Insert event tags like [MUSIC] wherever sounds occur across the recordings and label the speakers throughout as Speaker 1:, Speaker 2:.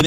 Speaker 1: In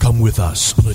Speaker 2: Come with us on a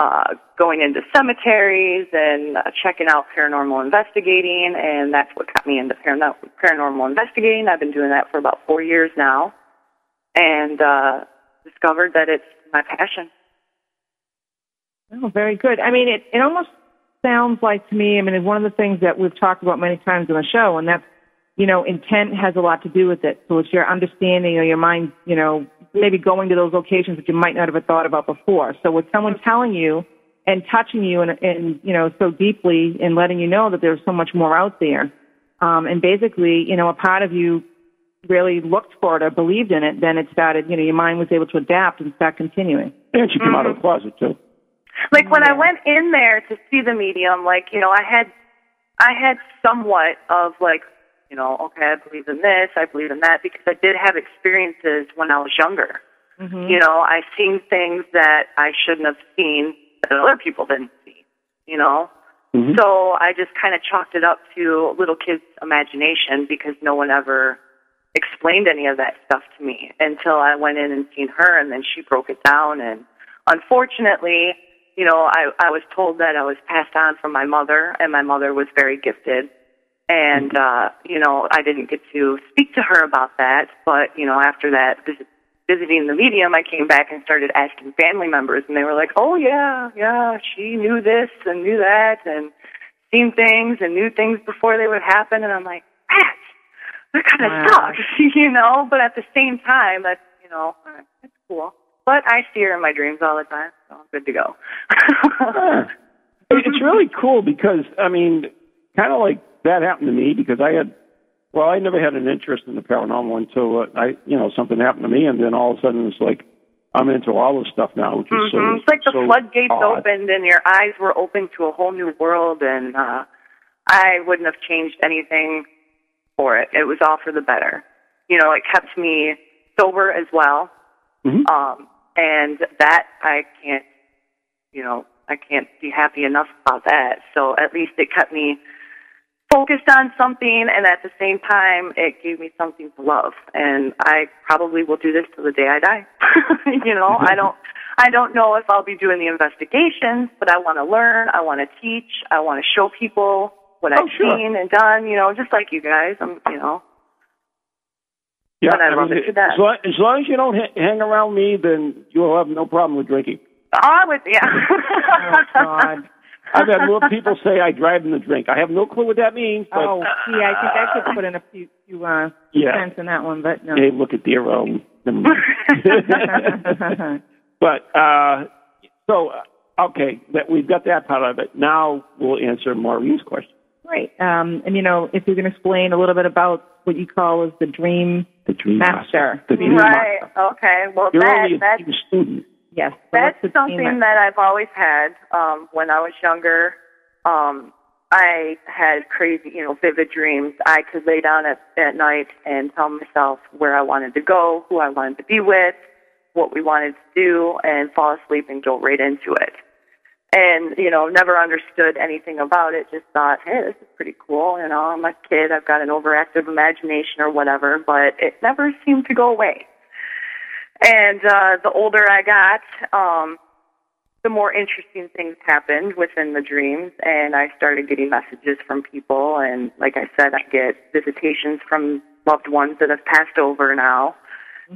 Speaker 3: uh, going into cemeteries and uh, checking out paranormal investigating, and that's what got me into parano- paranormal investigating. I've been doing that for about four years now, and uh, discovered that it's my passion.
Speaker 4: Oh, very good. I mean, it, it almost sounds like to me, I mean, it's one of the things that we've talked about many times on the show, and that's, you know, intent has a lot to do with it. So it's your understanding or your mind, you know, maybe going to those locations that you might not have thought about before. So with someone telling you and touching you and, and you know, so deeply and letting you know that there's so much more out there, um, and basically, you know, a part of you really looked for it or believed in it, then it started, you know, your mind was able to adapt and start continuing.
Speaker 5: And she came out of
Speaker 3: Mm-hmm.
Speaker 5: the closet, too.
Speaker 3: like when I went in there to see the medium, like you know, I had, I had somewhat of like, you know, okay, I believe in this, I believe in that, because I did have experiences when I was younger. You know, I seen things that I shouldn't have seen that other people didn't see. You know, so I just kind of chalked it up to little kids' imagination because no one ever explained any of that stuff to me until I went in and seen her, and then she broke it down. And unfortunately, you know, I, I was told that I was passed on from my mother, and my mother was very gifted. And, uh, you know, I didn't get to speak to her about that, but, you know, after that, visit, visiting the medium, I came back and started asking family members, and they were like, oh, yeah, yeah, she knew this and knew that, and seen things and knew things before they would happen. And I'm like, rats. that kind of
Speaker 4: Wow.
Speaker 3: sucks, [LAUGHS] you know. But at the same time, that's you know, it's cool. But I see her in my dreams all the time, so I'm good to go. [LAUGHS]
Speaker 5: Huh. Ah. It-
Speaker 3: Mm-hmm.
Speaker 5: It's really cool because I mean, kind of like that happened to me because I had, well, I never had an interest in the paranormal until uh, I, you know, something happened to me, and then all of a sudden it's like I'm into all this stuff now, which is so-
Speaker 3: Mhm. it's like the
Speaker 5: so
Speaker 3: floodgates
Speaker 5: odd.
Speaker 3: opened and your eyes were open to a whole new world, and uh, I wouldn't have changed anything for it. It was all for the better. You know, it kept me sober as well,
Speaker 5: Mhm.
Speaker 3: um, and that I can't, you know, I can't be happy enough about that. So at least it kept me focused on something, and at the same time, it gave me something to love. And I probably will do this till the day I die. [LAUGHS] you know, I don't, I don't know if I'll be doing the investigations, but I want to learn, I want to teach, I want to show people what
Speaker 5: Oh,
Speaker 3: I've
Speaker 5: sure.
Speaker 3: seen and done. You know, just like you guys, I'm, you know,
Speaker 5: Yeah,
Speaker 3: but I love it to death.
Speaker 5: as, long, as long as you don't ha- hang around me, then you'll have no problem with drinking.
Speaker 3: I would, yeah.
Speaker 4: Oh,
Speaker 3: [LAUGHS]
Speaker 4: God.
Speaker 5: I've had more people say I drive them to drink. I have no clue what that means, but
Speaker 4: Oh, gee, I think I could put in a few, few uh,
Speaker 5: Yeah.
Speaker 4: cents in that one, but no.
Speaker 5: hey, look at their own. Never
Speaker 3: [LAUGHS]
Speaker 5: mind. [LAUGHS] But uh, so uh, okay, that we've got that part of it. Now we'll answer Maureen's question.
Speaker 4: [LAUGHS] Great. Um, and, you know, if you can explain a little bit about what you call is the dream
Speaker 5: The dream
Speaker 4: master.
Speaker 5: The dream
Speaker 3: right.
Speaker 5: master.
Speaker 3: Okay. Well,
Speaker 5: You're
Speaker 3: that
Speaker 5: only a
Speaker 3: that's
Speaker 5: dream student.
Speaker 4: Yes. so what's
Speaker 3: that's
Speaker 4: the dream
Speaker 3: something
Speaker 4: master?
Speaker 3: that I've always had. Um, when I was younger, um, I had crazy, you know, vivid dreams. I could lay down at, at night and tell myself where I wanted to go, who I wanted to be with, what we wanted to do, and fall asleep and go right into it. And, you know, never understood anything about it. Just thought, hey, this is pretty cool. You know, I'm a kid. I've got an overactive imagination or whatever, but it never seemed to go away. And uh, the older I got, um, the more interesting things happened within the dreams, and I started getting messages from people. And like I said, I get visitations from loved ones that have passed over now.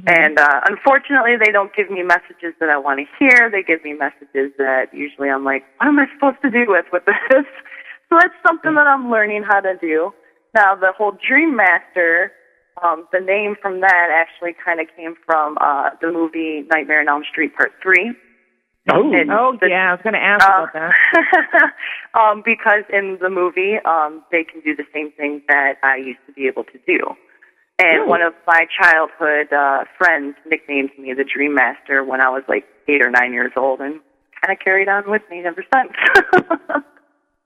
Speaker 3: And uh, unfortunately, they don't give me messages that I want to hear. They give me messages that usually I'm like, what am I supposed to do with with this? [LAUGHS] So that's something that I'm learning how to do. Now, the whole Dream Master, um, the name from that actually kind of came from uh, the movie Nightmare on Elm Street Part 3.
Speaker 5: Oh,
Speaker 3: And-
Speaker 4: Oh,
Speaker 3: the-
Speaker 4: yeah. I was going to ask about that.
Speaker 3: [LAUGHS] um, because in the movie, um, they can do the same thing that I used to be able to do. And
Speaker 5: Really?
Speaker 3: one of my childhood uh, friends nicknamed me the Dream Master when I was like eight or nine years old, and kind of carried on with me ever since.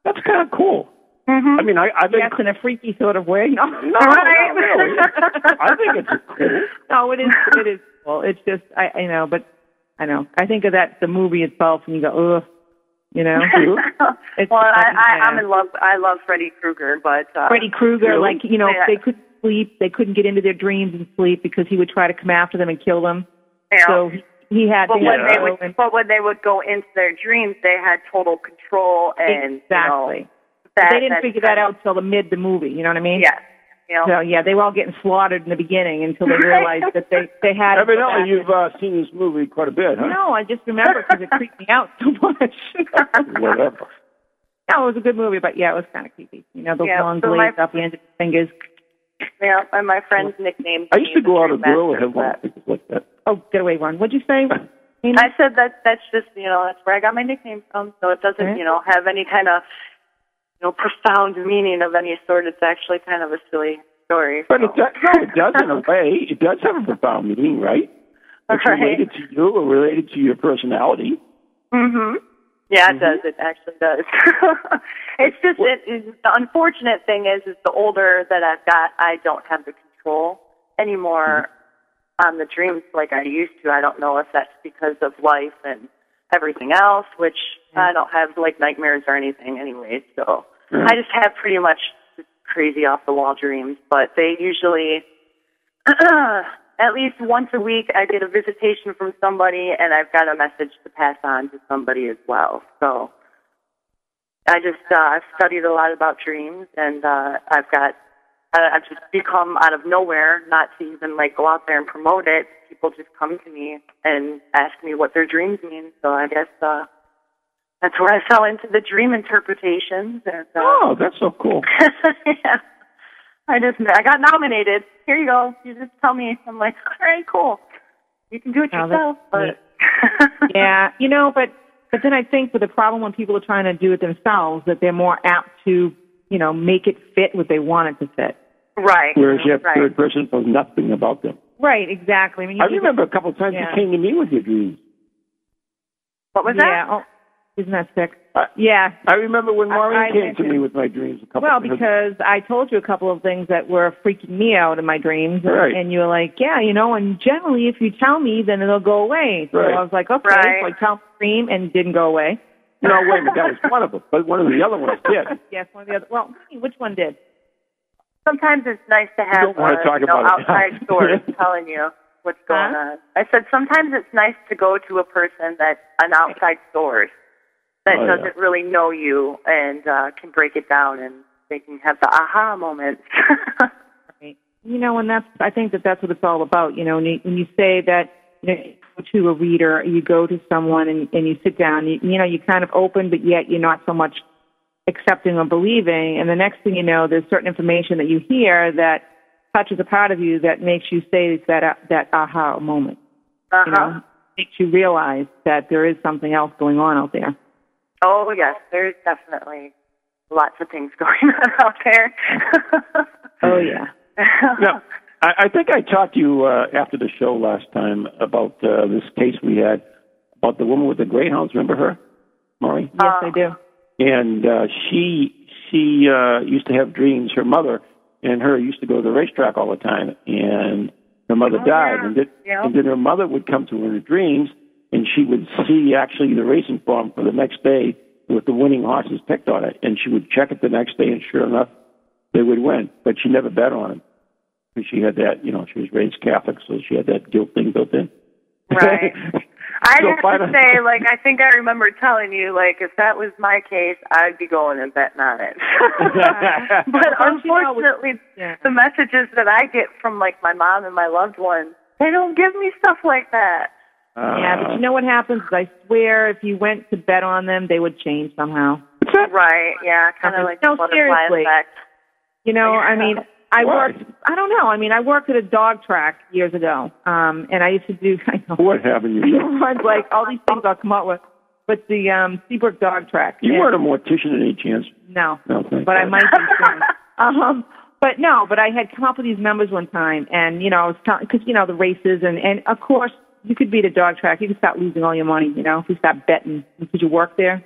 Speaker 5: that's kind of cool. I mean, I,
Speaker 3: Oh.
Speaker 5: I think
Speaker 4: [LAUGHS] Yes, in a freaky sort of way. [LAUGHS] No,
Speaker 5: no,
Speaker 3: Mm-hmm. Right.
Speaker 5: no, no, it's- I think it's
Speaker 3: [LAUGHS]
Speaker 5: cool.
Speaker 4: no, it is. It is cool. It's just I, I know, but I know. I think of that the movie itself, and you go, ugh,
Speaker 5: [LAUGHS]
Speaker 4: you know,
Speaker 3: [LAUGHS]
Speaker 4: It's
Speaker 3: well, I,
Speaker 4: funny,
Speaker 3: I,
Speaker 4: yeah.
Speaker 3: I'm in love. I love Freddy Krueger, but uh,
Speaker 4: Freddy Krueger.
Speaker 5: Really?
Speaker 4: Like you know,
Speaker 3: Yeah.
Speaker 4: they couldn't sleep. They couldn't get into their dreams and sleep because he would try to come after them and kill them.
Speaker 3: you
Speaker 4: So
Speaker 3: know,
Speaker 4: he, he had
Speaker 3: But
Speaker 4: to
Speaker 3: when
Speaker 5: Yeah.
Speaker 3: they
Speaker 4: go
Speaker 3: would,
Speaker 4: and-
Speaker 3: but when they would go into their dreams, they had total control, and
Speaker 4: exactly.
Speaker 3: you know, that,
Speaker 4: they didn't
Speaker 3: that's
Speaker 4: figure that
Speaker 3: kind of-
Speaker 4: out till the mid the movie. You know what I mean?
Speaker 3: Yeah, you know,
Speaker 4: So yeah, they were all getting slaughtered in the beginning until
Speaker 3: [LAUGHS]
Speaker 4: they
Speaker 3: Right.
Speaker 4: realized that they they had.
Speaker 5: Evidently, you've uh, seen this movie quite a bit, [LAUGHS] huh?
Speaker 4: No, I just remember because it creeped me out so [LAUGHS]
Speaker 3: [LAUGHS]
Speaker 4: much.
Speaker 5: Whatever.
Speaker 4: No, it was a good movie, but yeah, it was kind of creepy. You know, those
Speaker 3: Yeah,
Speaker 4: long
Speaker 3: so
Speaker 4: blades
Speaker 3: my-
Speaker 4: off the end of his fingers.
Speaker 3: yeah. And my friend's nickname.
Speaker 5: I used to go out a grill
Speaker 3: girl
Speaker 5: and have one of things like that.
Speaker 4: Oh, get away, Ron. What'd you say?
Speaker 3: [LAUGHS]
Speaker 4: Nina?
Speaker 3: I said that that's just you know that's where I got my nickname from. So it doesn't
Speaker 4: Right.
Speaker 3: you know have any kind of you know profound meaning of any sort. It's actually kind of a silly story.
Speaker 5: But
Speaker 3: so.
Speaker 5: it does, no, it does
Speaker 3: [LAUGHS]
Speaker 5: in a way. It does have a profound meaning, right? It's
Speaker 3: Right.
Speaker 5: related to you or related to your personality.
Speaker 3: hmm Yeah, it does. It actually does. [LAUGHS] it's just it, it, the unfortunate thing is, is the older that I've got, I don't have the control anymore on the dreams like I used to. I don't know if that's because of life and everything else, which I don't have like nightmares or anything anyway. So I just have pretty much crazy off the wall dreams, but they usually at least once a week I get a visitation from somebody and I've got a message to pass on to somebody as well. So I just uh, I've studied a lot about dreams and uh, I've got I- I've just become out of nowhere, not to even like go out there and promote it. People just come to me and ask me what their dreams mean. So I guess uh, that's where I fell into the dream interpretations. And, uh,
Speaker 5: Oh, that's so cool.
Speaker 3: [LAUGHS] yeah. I just I got nominated. Here you go. You just tell me. I'm like, [LAUGHS] all right, cool. You can do it
Speaker 4: Oh, that's
Speaker 3: yourself, but [LAUGHS]
Speaker 4: yeah, you know, but but then I think with the problem when people are trying to do it themselves, that they're more apt to you know make it fit what they want it to fit.
Speaker 3: right,
Speaker 5: Whereas you have
Speaker 3: right.
Speaker 5: third person knows nothing about them.
Speaker 4: Right, exactly. I mean, you
Speaker 5: I remember a couple of times
Speaker 4: Yeah.
Speaker 5: you came to me with your dreams.
Speaker 3: What was
Speaker 4: yeah,
Speaker 3: that?
Speaker 4: oh, isn't that sick?
Speaker 5: I,
Speaker 4: Uh, Yeah.
Speaker 5: I remember when
Speaker 4: I-
Speaker 5: Maureen
Speaker 4: I
Speaker 5: came to
Speaker 4: mentioned-
Speaker 5: me with my dreams a couple
Speaker 4: Well,
Speaker 5: of times.
Speaker 4: because I told you a couple of things that were freaking me out in my dreams, and-
Speaker 5: Right.
Speaker 4: and you were like, "Yeah, you know." And generally, if you tell me, then it'll go away. So
Speaker 5: Right.
Speaker 4: I was like, "Okay."
Speaker 3: Right.
Speaker 4: So I tell my dream, and it didn't go away.
Speaker 5: no, wait a minute, that
Speaker 4: [LAUGHS]
Speaker 5: was one of them, but one of the other ones did.
Speaker 4: Yes, one of the other. Well, which one did?
Speaker 3: Sometimes it's nice to have
Speaker 5: don't wanna
Speaker 3: uh,
Speaker 5: talk
Speaker 3: you know,
Speaker 5: about it now. [LAUGHS]
Speaker 3: outside source telling you what's going on. I said sometimes it's nice to go to a person that's an outside source that
Speaker 5: Oh, yeah.
Speaker 3: doesn't really know you and uh, can break it down and they can have the aha moments. [LAUGHS]
Speaker 4: You know, and that's I think that that's what it's all about. You know, when you, when you say that you know, you go to a reader, you go to someone and, and you sit down. You, you know, you're kind of open, but yet you're not so much accepting or believing. And the next thing you know, there's certain information that you hear that touches a part of you that makes you say it's that uh, that aha moment. You know,
Speaker 3: uh-huh.
Speaker 4: makes you realize that there is something else going on out there.
Speaker 3: Oh yes, there's definitely lots of things [LAUGHS] going on out there.
Speaker 4: [LAUGHS] Oh yeah.
Speaker 3: [LAUGHS]
Speaker 5: Now, I, I think I talked to you uh, after the show last time about uh, this case we had about the woman with the greyhounds. Remember her, Maureen?
Speaker 4: Yes, I do.
Speaker 5: and uh, she she uh, used to have dreams. Her mother and her used to go to the racetrack all the time, and her mother died, and, then
Speaker 3: Oh, Yeah.
Speaker 5: and then her mother would come to her in her dreams, and she would see actually the racing form for the next day with the winning horses picked on it, and she would check it the next day, and sure enough, they would win, but she never bet on them. because She had that, you know, she was raised Catholic, so she had that guilt thing built in. [LAUGHS]
Speaker 3: Right. [LAUGHS] I
Speaker 5: So
Speaker 3: have
Speaker 5: finally-
Speaker 3: to say, like, I think I remember telling you, like, if that was my case, I'd be going and betting on it. [LAUGHS] but
Speaker 4: Don't you know, we-
Speaker 3: unfortunately,
Speaker 4: Yeah.
Speaker 3: the messages that I get from, like, my mom and my loved ones, they don't give me stuff like that.
Speaker 4: Yeah, but you know what happens is I swear if you went to bet on them, they would change somehow.
Speaker 3: Right, yeah, kind of like
Speaker 4: No,
Speaker 3: the butterfly
Speaker 4: seriously.
Speaker 3: effect.
Speaker 4: You know, I mean,
Speaker 5: [LAUGHS]
Speaker 4: I
Speaker 5: Why?
Speaker 4: worked, I don't know, I mean, I worked at a dog track years ago, um, and I used to do, [LAUGHS] I know,
Speaker 5: Uh, what happened? You,
Speaker 4: it's like all these things I'll come up with, but the, um, Seabrook dog track.
Speaker 5: you
Speaker 4: and-
Speaker 5: weren't a mortician in any chance.
Speaker 4: No,
Speaker 5: No, thank
Speaker 4: but I
Speaker 5: God.
Speaker 4: might
Speaker 5: [LAUGHS]
Speaker 4: be soon. um, but no, but I had come up with these numbers one time, and you know, I was telling because you know the races, and and of course you could beat a dog track, you could start losing all your money, you know, if you start betting because you work there.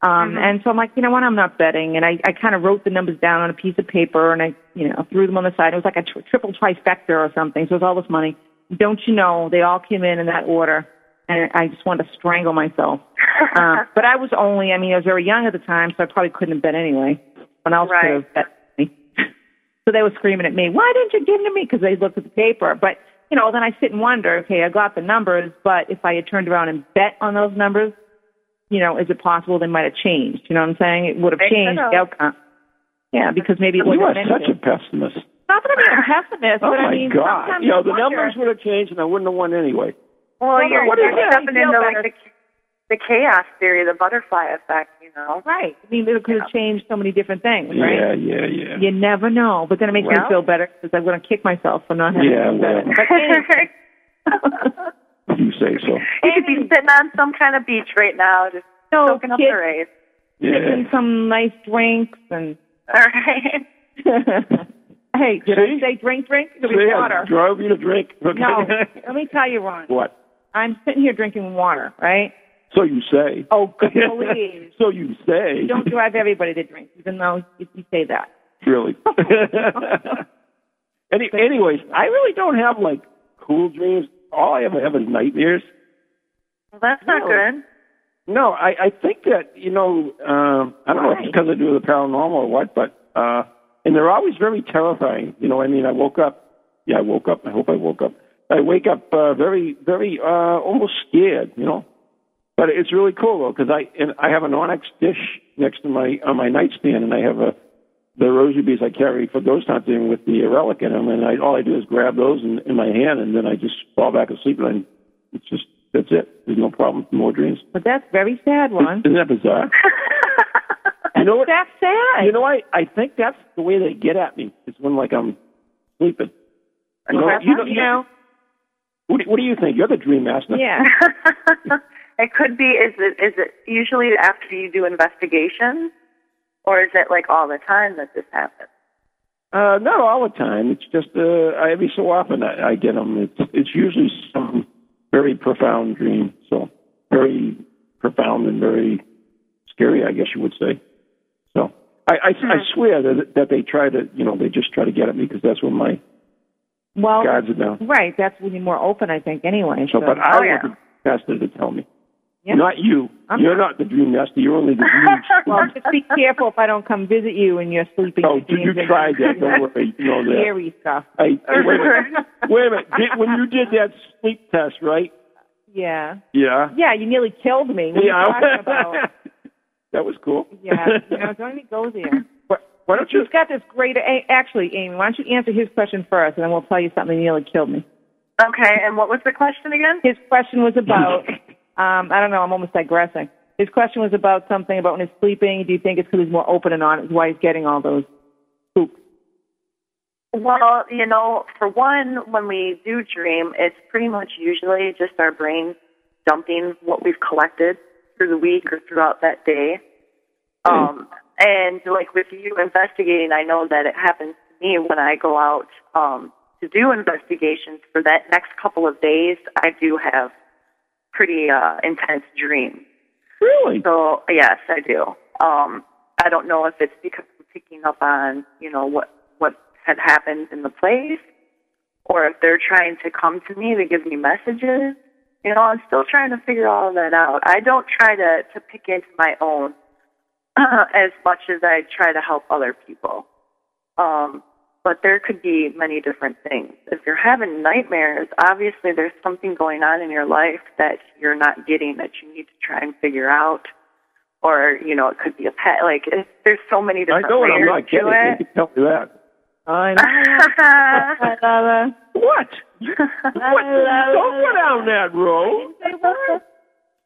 Speaker 4: Um, and so I'm like, you know what, I'm not betting, and I I kind of wrote the numbers down on a piece of paper, and I you know threw them on the side. It was like a tri- triple trifecta or something. So it was all this money. Don't you know? They all came in in that order, and I just wanted to strangle myself. Um, but I was only, I mean, I was very young at the time, so I probably couldn't have bet anyway. Someone else
Speaker 3: Right.
Speaker 4: could have bet me. so they were screaming at me, why didn't you give to me? Because they looked at the paper. But, you know, then I sit and wonder, okay, I got the numbers, but if I had turned around and bet on those numbers, you know, is it possible they might have changed? You know what I'm saying? It would have
Speaker 3: They could
Speaker 4: changed the
Speaker 3: have.
Speaker 4: outcome. Yeah, because maybe it
Speaker 5: You are
Speaker 4: wasn't meant
Speaker 5: such
Speaker 4: to.
Speaker 5: a pessimist.
Speaker 4: Not that I'm a pessimist,
Speaker 5: oh
Speaker 4: but
Speaker 5: my
Speaker 4: I mean,
Speaker 5: God!
Speaker 4: sometimes
Speaker 5: You know
Speaker 4: I
Speaker 5: the
Speaker 4: wonder-
Speaker 5: numbers would have changed, and I wouldn't have won anyway.
Speaker 3: Well,
Speaker 4: no,
Speaker 3: you're,
Speaker 4: what
Speaker 3: you're
Speaker 4: is that?
Speaker 3: stepping
Speaker 4: You
Speaker 3: into,
Speaker 4: know
Speaker 3: like, the,
Speaker 4: better.
Speaker 3: the chaos theory, the butterfly effect, you know?
Speaker 4: Right. I mean, it could have changed so many different things, right?
Speaker 5: Yeah, yeah, yeah.
Speaker 4: You never know. But then it makes me
Speaker 3: Well-
Speaker 4: feel better because I'm going to kick myself for not having
Speaker 5: Yeah,
Speaker 4: done
Speaker 5: well.
Speaker 4: it. But
Speaker 3: [LAUGHS]
Speaker 4: anyway,
Speaker 5: You say so.
Speaker 3: you could be sitting on some kind of beach right now, just
Speaker 4: [LAUGHS] No,
Speaker 3: soaking up
Speaker 4: kids.
Speaker 3: the rays.
Speaker 5: Yeah.
Speaker 4: drinking some nice drinks and.
Speaker 3: All right.
Speaker 5: [LAUGHS]
Speaker 4: hey, did
Speaker 5: See?
Speaker 4: I say drink, drink? It'll be
Speaker 5: See, I
Speaker 4: water.
Speaker 5: drove you to drink. Okay. [LAUGHS]
Speaker 4: No, let me tell you, Ron.
Speaker 5: what?
Speaker 4: I'm sitting here drinking water, right?
Speaker 5: So you say. [LAUGHS]
Speaker 4: Oh, please.
Speaker 5: so you say.
Speaker 4: Don't
Speaker 5: [LAUGHS]
Speaker 4: drive everybody to drink, even though you, you say that. [LAUGHS]
Speaker 5: really. [LAUGHS] Any, anyways, I really don't have like cool dreams. All I ever have is nightmares.
Speaker 3: Well, that's not
Speaker 4: Really?
Speaker 3: good.
Speaker 5: No, I, I think that you know um, I don't know if it's
Speaker 4: Why?
Speaker 5: because I do the paranormal or what, but uh, and they're always very terrifying. You know, I mean, I woke up. Yeah, I woke up. I hope I woke up. I wake up uh, very, very uh, almost scared. You know, but it's really cool though because I and I have an onyx dish next to my on my nightstand, and I have a the rosary beads I carry for those times even with the relic in them, and I, all I do is grab those in, in my hand, and then I just fall back asleep, and I, it's just that's it. There's no problem. More dreams.
Speaker 4: But that's very sad, Ron.
Speaker 5: Isn't that bizarre? you know what?
Speaker 4: [LAUGHS] That's sad.
Speaker 5: You know, I I think that's the way they get at me. It's one like I'm sleeping. You know,
Speaker 3: Okay.
Speaker 5: you don't- you don't- what, do, what do you think? You're the dream master.
Speaker 4: Yeah.
Speaker 3: [LAUGHS] it could be. Is it is it usually after you do investigations, or is it like all the time that this happens?
Speaker 5: Uh, not all the time. It's just uh, every so often I, I get them. It's it's usually some very profound dream. So very profound and very scary, I guess you would say. So I I, I swear that that they try to you know they just try to get at me because that's when my
Speaker 4: Well,
Speaker 5: guards are down.
Speaker 4: right. That's when you're more open, I think, anyway.
Speaker 5: So, but I
Speaker 3: Oh,
Speaker 5: want
Speaker 3: yeah.
Speaker 5: the master to tell me,
Speaker 4: Yeah.
Speaker 5: not you.
Speaker 4: I'm
Speaker 5: you're not the dream master. You're only the
Speaker 4: [LAUGHS]
Speaker 5: dream.
Speaker 4: well, just be careful if I don't come visit you and you're sleeping.
Speaker 5: Oh, dude,
Speaker 4: [LAUGHS]
Speaker 5: you tried that. Don't worry. You know that.
Speaker 4: Scary stuff.
Speaker 5: Hey, hey, wait a
Speaker 4: [LAUGHS]
Speaker 5: minute. Wait a minute. Did, when you did that sleep test, right?
Speaker 4: Yeah.
Speaker 5: Yeah.
Speaker 4: Yeah, you nearly killed me. What are you
Speaker 5: [LAUGHS]
Speaker 4: talking about?
Speaker 5: that was cool.
Speaker 4: Yeah,
Speaker 5: [LAUGHS]
Speaker 4: you know, don't even go there.
Speaker 5: Why- Why don't you?
Speaker 4: He's got this great. A- actually, Amy, why don't you answer his question first, and then we'll tell you something that nearly killed me.
Speaker 3: Okay. And what was the question again?
Speaker 4: His question was
Speaker 5: [LAUGHS]
Speaker 4: about. um, I don't know. I'm almost digressing. His question was about something about when he's sleeping. Do you think it's because he's more open and honest? Why he's getting
Speaker 5: [LAUGHS]
Speaker 4: all those spooks?
Speaker 3: Well, you know, for one, when we do dream, it's pretty much usually just our brain dumping what we've collected through the week or throughout that day. Um, and like with you investigating, I know that it happens to me when I go out um, to do investigations for that next couple of days. I do have pretty uh, intense dreams.
Speaker 5: [LAUGHS] Really?
Speaker 3: So yes, I do. Um, I don't know if it's because I'm picking up on you know what what had happened in the place, or if they're trying to come to me to give me messages. You know, I'm still trying to figure all of that out. I don't try to to pick into my own uh, [LAUGHS] as much as I try to help other people. Um, but there could be many different things. If you're having nightmares, obviously there's something going on in your life that you're not getting that you need to try and figure out. Or, you know, it could be a pet. Like, it's, there's so many
Speaker 5: I
Speaker 3: different
Speaker 5: know what I'm
Speaker 3: layers
Speaker 5: not
Speaker 3: to
Speaker 5: getting. You can tell me that.
Speaker 4: I
Speaker 3: it.
Speaker 5: [LAUGHS]
Speaker 3: [LAUGHS]
Speaker 4: know.
Speaker 5: What?
Speaker 4: [LAUGHS]
Speaker 5: You- what? Don't go down that road.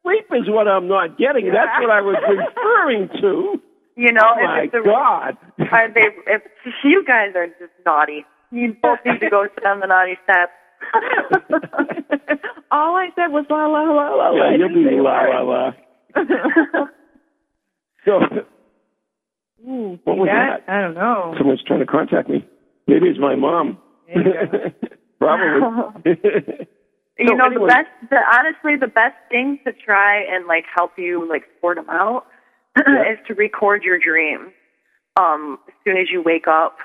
Speaker 5: Sleep is what I'm not getting. That's what I
Speaker 4: [LAUGHS]
Speaker 5: was referring to.
Speaker 3: you know,
Speaker 5: Oh
Speaker 3: if
Speaker 5: my
Speaker 3: it's a-
Speaker 5: God.
Speaker 3: Are they, if you guys are just naughty, you both need to go sit on the naughty step.
Speaker 5: [LAUGHS]
Speaker 4: All I said was la la la la.
Speaker 5: [LAUGHS]
Speaker 4: la.
Speaker 5: Yeah, you'll be la la la. So
Speaker 4: [LAUGHS] Ooh,
Speaker 5: What
Speaker 4: see
Speaker 5: was
Speaker 4: that? I don't know.
Speaker 5: [LAUGHS] someone's trying to contact me. Maybe it's my mom. [LAUGHS] Probably. [LAUGHS]
Speaker 3: you know,
Speaker 5: anyway-
Speaker 3: the best, the, honestly, the best thing to try and like help you like sort them out [CLEARS THROAT] is to record your dream. Um, as soon as you wake up,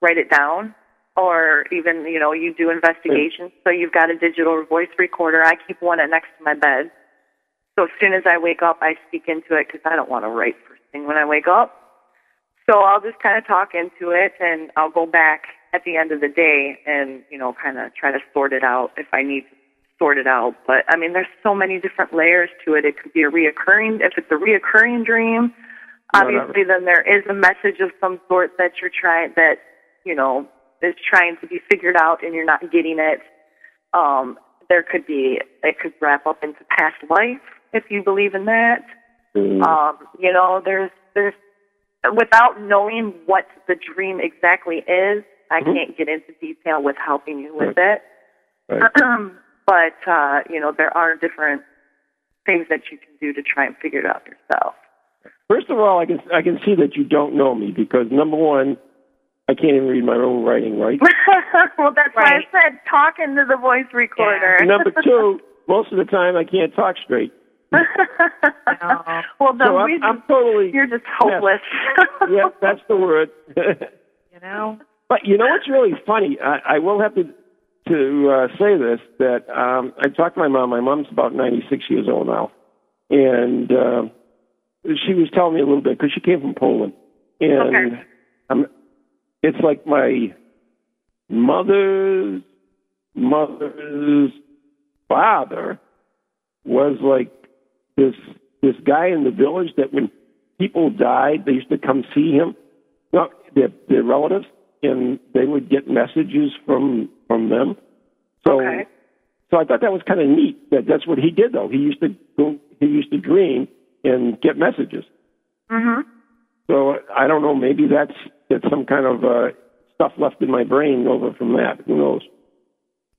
Speaker 3: write it down, or even you know, you do investigations. So you've got a digital voice recorder. I keep one at next to my bed. So as soon as I wake up, I speak into it because I don't want to write first thing when I wake up. So I'll just kind of talk into it and I'll go back at the end of the day and, you know, kind of try to sort it out if I need to sort it out. But I mean, there's so many different layers to it. It could be a reoccurring, if it's a reoccurring dream, obviously then there is a message of some sort that you're trying, that, you know, is trying to be figured out and you're not getting it. Um, there could be, it could wrap up into past life if you believe in that.
Speaker 5: Mm-hmm.
Speaker 3: Um, you know, there's, there's, without knowing what the dream exactly is, I
Speaker 5: Mm-hmm.
Speaker 3: can't get into detail with helping you with it. [CLEARS THROAT] but uh, you know, there are different things that you can do to try and figure it out yourself. [LAUGHS]
Speaker 5: First of all, I can I can see that you don't know me because number one, I can't even read my own writing right.
Speaker 3: well, that's
Speaker 4: why I
Speaker 3: said talk into the voice
Speaker 4: recorder.
Speaker 5: number two, most of the time I can't talk straight.
Speaker 4: No.
Speaker 3: [LAUGHS] well, the
Speaker 5: So I'm,
Speaker 3: reason
Speaker 5: I'm totally
Speaker 3: you're just hopeless.
Speaker 5: [LAUGHS] yeah,
Speaker 3: [LAUGHS]
Speaker 5: that's the word. [LAUGHS] but
Speaker 4: You know.
Speaker 5: you know what's really funny? I, I will have to to uh, say this that um, I talked to my mom. My mom's about 96 years old now, and um she was telling me a little bit because she came from Poland, and
Speaker 3: Okay.
Speaker 5: um, it's like my mother's mother's father was like this this guy in the village that when people died they used to come see him well their their relatives and they would get messages from from them so
Speaker 3: Okay.
Speaker 5: so i thought that was kind of neat that that's what he did though he used to go he used to dream and get messages
Speaker 3: hmm
Speaker 5: so I don't know. Maybe that's that's some kind of uh, stuff left in my brain over from that. Who knows?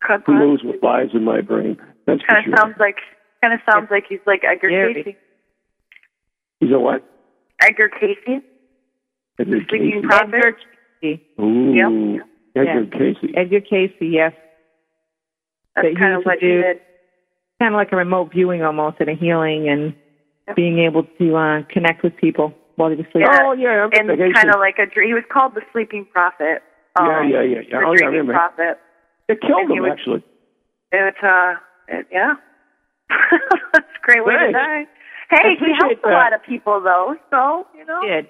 Speaker 3: Could
Speaker 5: Who knows what lies in my brain? That's for
Speaker 3: Kind of
Speaker 5: sure.
Speaker 3: sounds like kind of sounds like he's like Edgar
Speaker 4: Scary.
Speaker 3: Casey.
Speaker 5: He's a what?
Speaker 3: Edgar Casey, the
Speaker 5: Edgar
Speaker 3: Sleeping
Speaker 5: Casey.
Speaker 3: Prophet.
Speaker 5: Ooh,
Speaker 3: Yep.
Speaker 5: Edgar
Speaker 4: Yeah.
Speaker 5: Casey.
Speaker 4: Edgar Casey, yes.
Speaker 3: That's
Speaker 4: That
Speaker 3: kind
Speaker 4: he
Speaker 3: of what he
Speaker 4: did.
Speaker 3: did.
Speaker 4: Kind of like a remote viewing almost and a healing and
Speaker 3: Yep.
Speaker 4: being able to uh, connect with people while they were sleeping.
Speaker 3: Yeah.
Speaker 5: Oh yeah, I'm
Speaker 3: and
Speaker 5: Edgar
Speaker 3: kind
Speaker 5: Casey.
Speaker 3: of like a dream. He was called the Sleeping Prophet. Um,
Speaker 5: Yeah, yeah, yeah, yeah.
Speaker 3: The
Speaker 5: Oh, yeah, I
Speaker 3: Dreaming
Speaker 5: remember.
Speaker 3: Prophet.
Speaker 5: They killed
Speaker 3: and he
Speaker 5: him
Speaker 3: was-
Speaker 5: actually.
Speaker 3: It, uh, it, yeah. [LAUGHS] That's a great way to
Speaker 5: Thanks.
Speaker 3: die. Hey, he
Speaker 5: Appreciate
Speaker 3: helped a
Speaker 5: that.
Speaker 3: lot of people though, so you know.
Speaker 4: He did.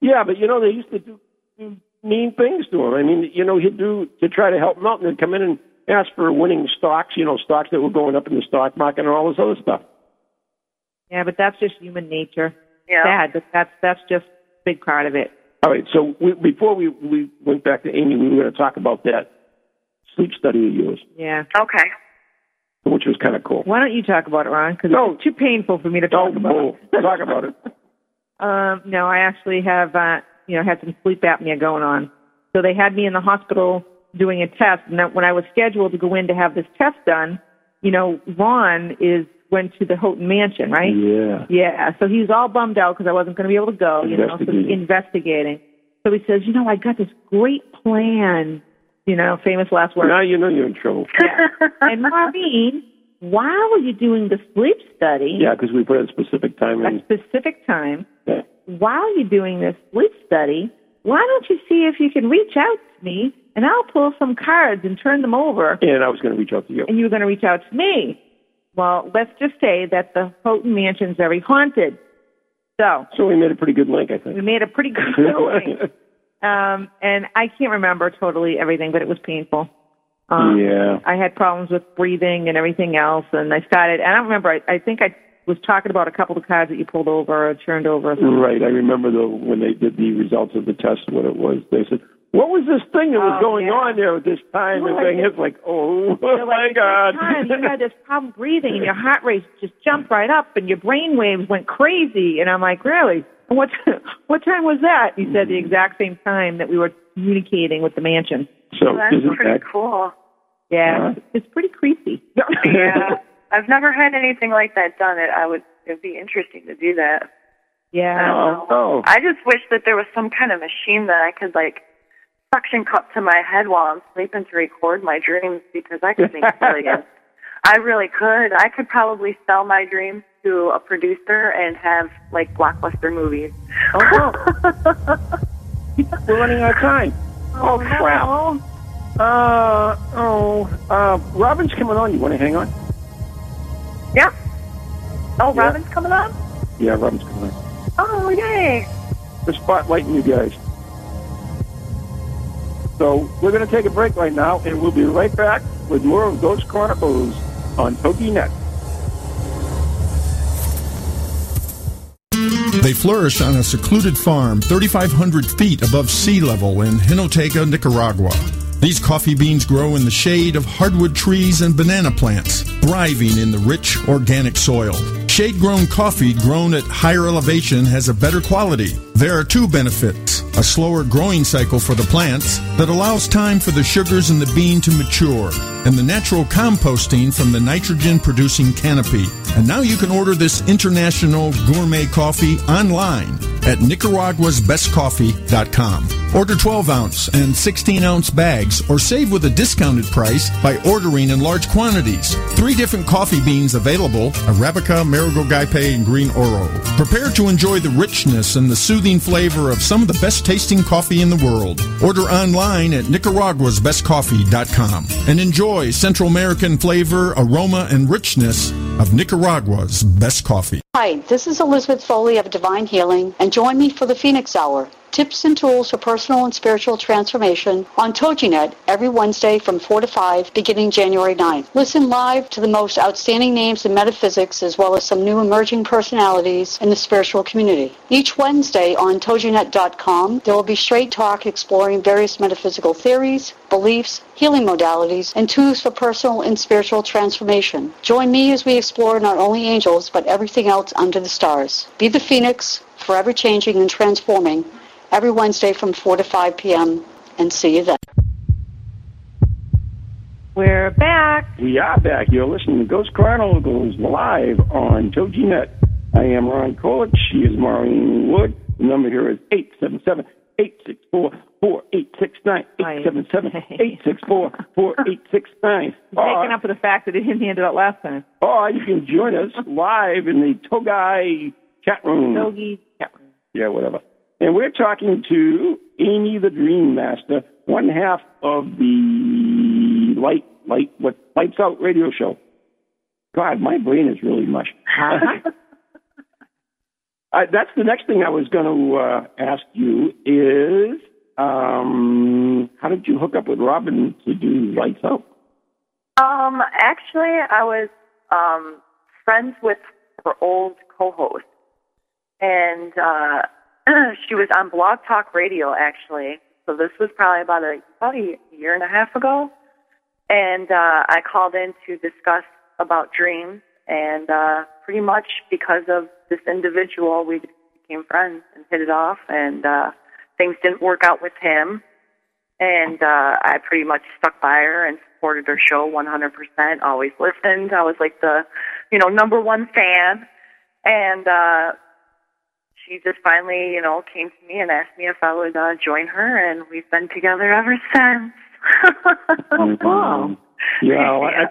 Speaker 5: Yeah, but you know they used to do, do mean things to him. I mean, you know he'd do to try to help him out, and they'd come in and ask for winning stocks. You know, stocks that were going up in the stock market and all this other stuff.
Speaker 4: Yeah, but that's just human nature.
Speaker 3: Yeah.
Speaker 4: Sad, but that's that's just a big part of it.
Speaker 5: All right. So we, before we we went back to Amy, we were going to talk about that sleep study of yours,
Speaker 4: Yeah.
Speaker 3: Okay.
Speaker 5: which was kind of cool.
Speaker 4: Why don't you talk about it, Ron? Because
Speaker 5: No.
Speaker 4: it's too painful for me to talk
Speaker 5: Don't
Speaker 4: about.
Speaker 5: bull. talk about it.
Speaker 4: [LAUGHS] Um, no, I actually have, uh, you know, had some sleep apnea going on. So they had me in the hospital doing a test. And that when I was scheduled to go in to have this test done, you know, Ron is went to the Houghton Mansion, right?
Speaker 5: Yeah.
Speaker 4: Yeah. So he was all bummed out because I wasn't going to be able to go, you know, so he's
Speaker 5: Investigating.
Speaker 4: investigating. So he says, you know, I got this great plan, you know, famous last word.
Speaker 5: Now you know you're in trouble.
Speaker 4: and Marvin, why were you doing the sleep study
Speaker 5: Yeah, because we put a specific time
Speaker 4: at a
Speaker 5: in.
Speaker 4: specific time?
Speaker 5: Yeah.
Speaker 4: while you're doing this sleep study, why don't you see if you can reach out to me and I'll pull some cards and turn them over
Speaker 5: And I was going to reach out to you.
Speaker 4: and you're going to reach out to me. Well, let's just say that the Houghton Mansion's very haunted. So
Speaker 5: So we made a pretty good link, I think.
Speaker 4: we made a
Speaker 5: [LAUGHS]
Speaker 4: pretty good showing. Um, and I can't remember totally everything, but it was painful. Um,
Speaker 5: yeah.
Speaker 4: I had problems with breathing and everything else, and I started. I don't remember. I, I think I was talking about a couple of cards that you pulled over or turned over. Or something.
Speaker 5: Right. I remember the when they did the results of the test, what it was. They said, "What was this thing that was
Speaker 4: Oh,
Speaker 5: going
Speaker 4: yeah.
Speaker 5: on there at this time?"
Speaker 4: Well,
Speaker 5: and thing
Speaker 4: like-
Speaker 5: it's like, "Oh my [LAUGHS]
Speaker 4: like,
Speaker 5: God!"
Speaker 4: Time, you had this problem breathing, and your heart rate just jumped right up, and your brain waves went crazy. And I'm like, really? And What what time was that? He said
Speaker 5: Mm-hmm.
Speaker 4: the exact same time that we were communicating with the mansion.
Speaker 5: so
Speaker 3: Well, that's
Speaker 5: Oh, isn't
Speaker 3: pretty
Speaker 5: that [LAUGHS]
Speaker 3: cool.
Speaker 4: Yeah,
Speaker 5: Huh?
Speaker 4: it's pretty creepy.
Speaker 3: Yeah. I've never had anything like that done. It I would it'd be interesting to do that.
Speaker 4: Yeah,
Speaker 5: Oh, oh.
Speaker 3: I just wish that there was some kind of machine that I could like suction cup to my head while I'm sleeping to record my dreams because I could make millions. I really could. I could probably sell my dreams to a producer and have like blockbuster movies.
Speaker 5: Oh, [LAUGHS] We're running out of time. Oh, crap. Uh oh. Uh, Robin's coming on. You want to hang on?
Speaker 3: yeah. Oh,
Speaker 5: Yeah.
Speaker 3: Robin's coming up.
Speaker 5: Yeah, Robin's coming on.
Speaker 3: [LAUGHS] Oh, yay!
Speaker 5: We're spotlighting you guys. So we're going to take a break right now, and we'll be right back with more of Ghost Chronicles on TokiNet.
Speaker 6: They flourish on a secluded farm 3,500 feet above sea level in Hinoteca, Nicaragua. These coffee beans grow in the shade of hardwood trees and banana plants, thriving in the rich organic soil. Shade grown coffee grown at higher elevation has a better quality. There are two benefits a slower growing cycle for the plants that allows time for the sugars in the bean to mature, and the natural composting from the nitrogen producing canopy. And now you can order this international gourmet coffee online at nicaraguasbestcoffee.com. Order 12 ounce and 16 ounce bags or save with a discounted price by ordering in large quantities. Three different coffee beans available Arabica, Marigold Gaipe, and Green Oro. Prepare to enjoy the richness and the soothing flavor of some of the best tasting coffee in the world. Order online at nicaraguasbestcoffee.com and enjoy Central American flavor, aroma, and richness of Nicaragua's best coffee.
Speaker 7: Hi, this is Elizabeth Foley of Divine Healing, and join me for the Phoenix Hour tips and tools for personal and spiritual transformation on TojiNet every Wednesday from 4 to 5, beginning January 9th. Listen live to the most outstanding names in metaphysics as well as some new emerging personalities in the spiritual community. Each Wednesday on TojiNet.com, there will be straight talk exploring various metaphysical theories, beliefs, healing modalities, and tools for personal and spiritual transformation. Join me as we explore not only angels, but everything else under the stars. Be the phoenix, forever changing and transforming, every Wednesday from 4 to 5 p.m. and see you then.
Speaker 4: We're back.
Speaker 5: We are back. You're listening to Ghost Chronicles live on TojiNet. I am Ron Kolick. She is Maureen Wood. The number here is 877-864-4869. 877-864-4869.
Speaker 4: Taken
Speaker 5: Or,
Speaker 4: up with the fact that it didn't hand it out last time.
Speaker 5: or you can join us live in the Togai chat room.
Speaker 4: Yogi. Yeah.
Speaker 5: Yeah, whatever. And we're talking to Amy the Dream Master, one half of the Light Light what Lights Out radio show. God, my brain is really mush. Uh, that's the next thing I was going to uh, ask you is um, how did you hook up with Robin to do Lights Out?
Speaker 3: Um, actually, I was um, friends with her old co-host, and uh, [CLEARS THROAT] she was on Blog Talk Radio. Actually, so this was probably about a about a year and a half ago, and uh, I called in to discuss about dreams, and uh, pretty much because of this individual, we became friends and hit it off, and uh, things didn't work out with him and uh, I pretty much stuck by her and supported her show 100%. Always listened. I was like the, you know, number one fan, and uh, she just finally, you know, came to me and asked me if I would uh, join her, and we've been together ever since. Oh, [LAUGHS]
Speaker 5: Um, yeah, well, I,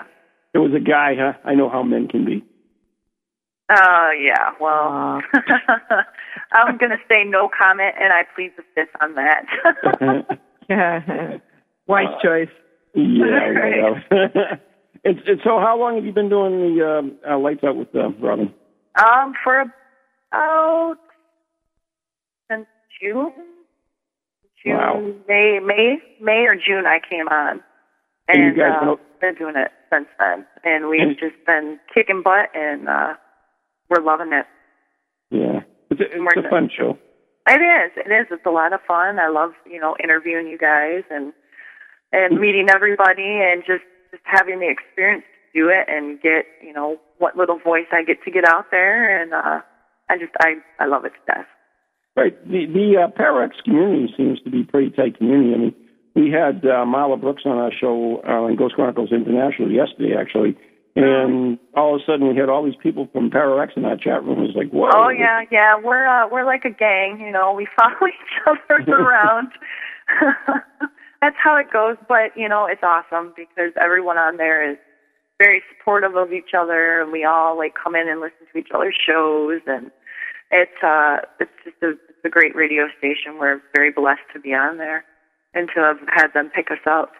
Speaker 5: it was a guy, huh? I know how men can be.
Speaker 3: Uh, yeah. Well, [LAUGHS] I'm gonna say no comment, and I plead the fifth on that.
Speaker 5: [LAUGHS]
Speaker 3: [LAUGHS]
Speaker 4: Yeah. Wise choice.
Speaker 3: [LAUGHS]
Speaker 5: Yeah, well. [LAUGHS] it's, it's, so how long have you been doing the um, uh, lights out with uh, Robin?
Speaker 3: um, for about since June, June,
Speaker 5: Wow.
Speaker 3: May, May, May or June, I came on,
Speaker 5: And
Speaker 3: and,
Speaker 5: you guys
Speaker 3: uh,
Speaker 5: know-
Speaker 3: been doing it since then, and we've
Speaker 5: And-
Speaker 3: just been kicking butt, and uh, we're loving it.
Speaker 5: Yeah, it's a, it's a
Speaker 3: Martha.
Speaker 5: fun show.
Speaker 3: It is. It is. It's a lot of fun. I love, you know, interviewing you guys and and meeting everybody and just just having the experience to do it and get, you know, what little voice I get to get out there and uh I just I I love it to death.
Speaker 5: Right. The the uh, Parax community seems to be a pretty tight community. I mean, we had uh, Marla Brooks on our show uh, in Ghost Chronicles International yesterday, actually,
Speaker 3: Oh.
Speaker 5: and all of a sudden we had all these people from Parax in our chat room. It was like, whoa.
Speaker 3: Oh yeah, yeah. We're uh we're like a gang, you know, we [LAUGHS] follow each other around. [LAUGHS] That's how it goes, but you know, it's awesome because everyone on there is very supportive of each other and we all like come in and listen to each other's shows and it's uh it's just a it's a great radio station. We're very blessed to be on there and to have had them pick us up.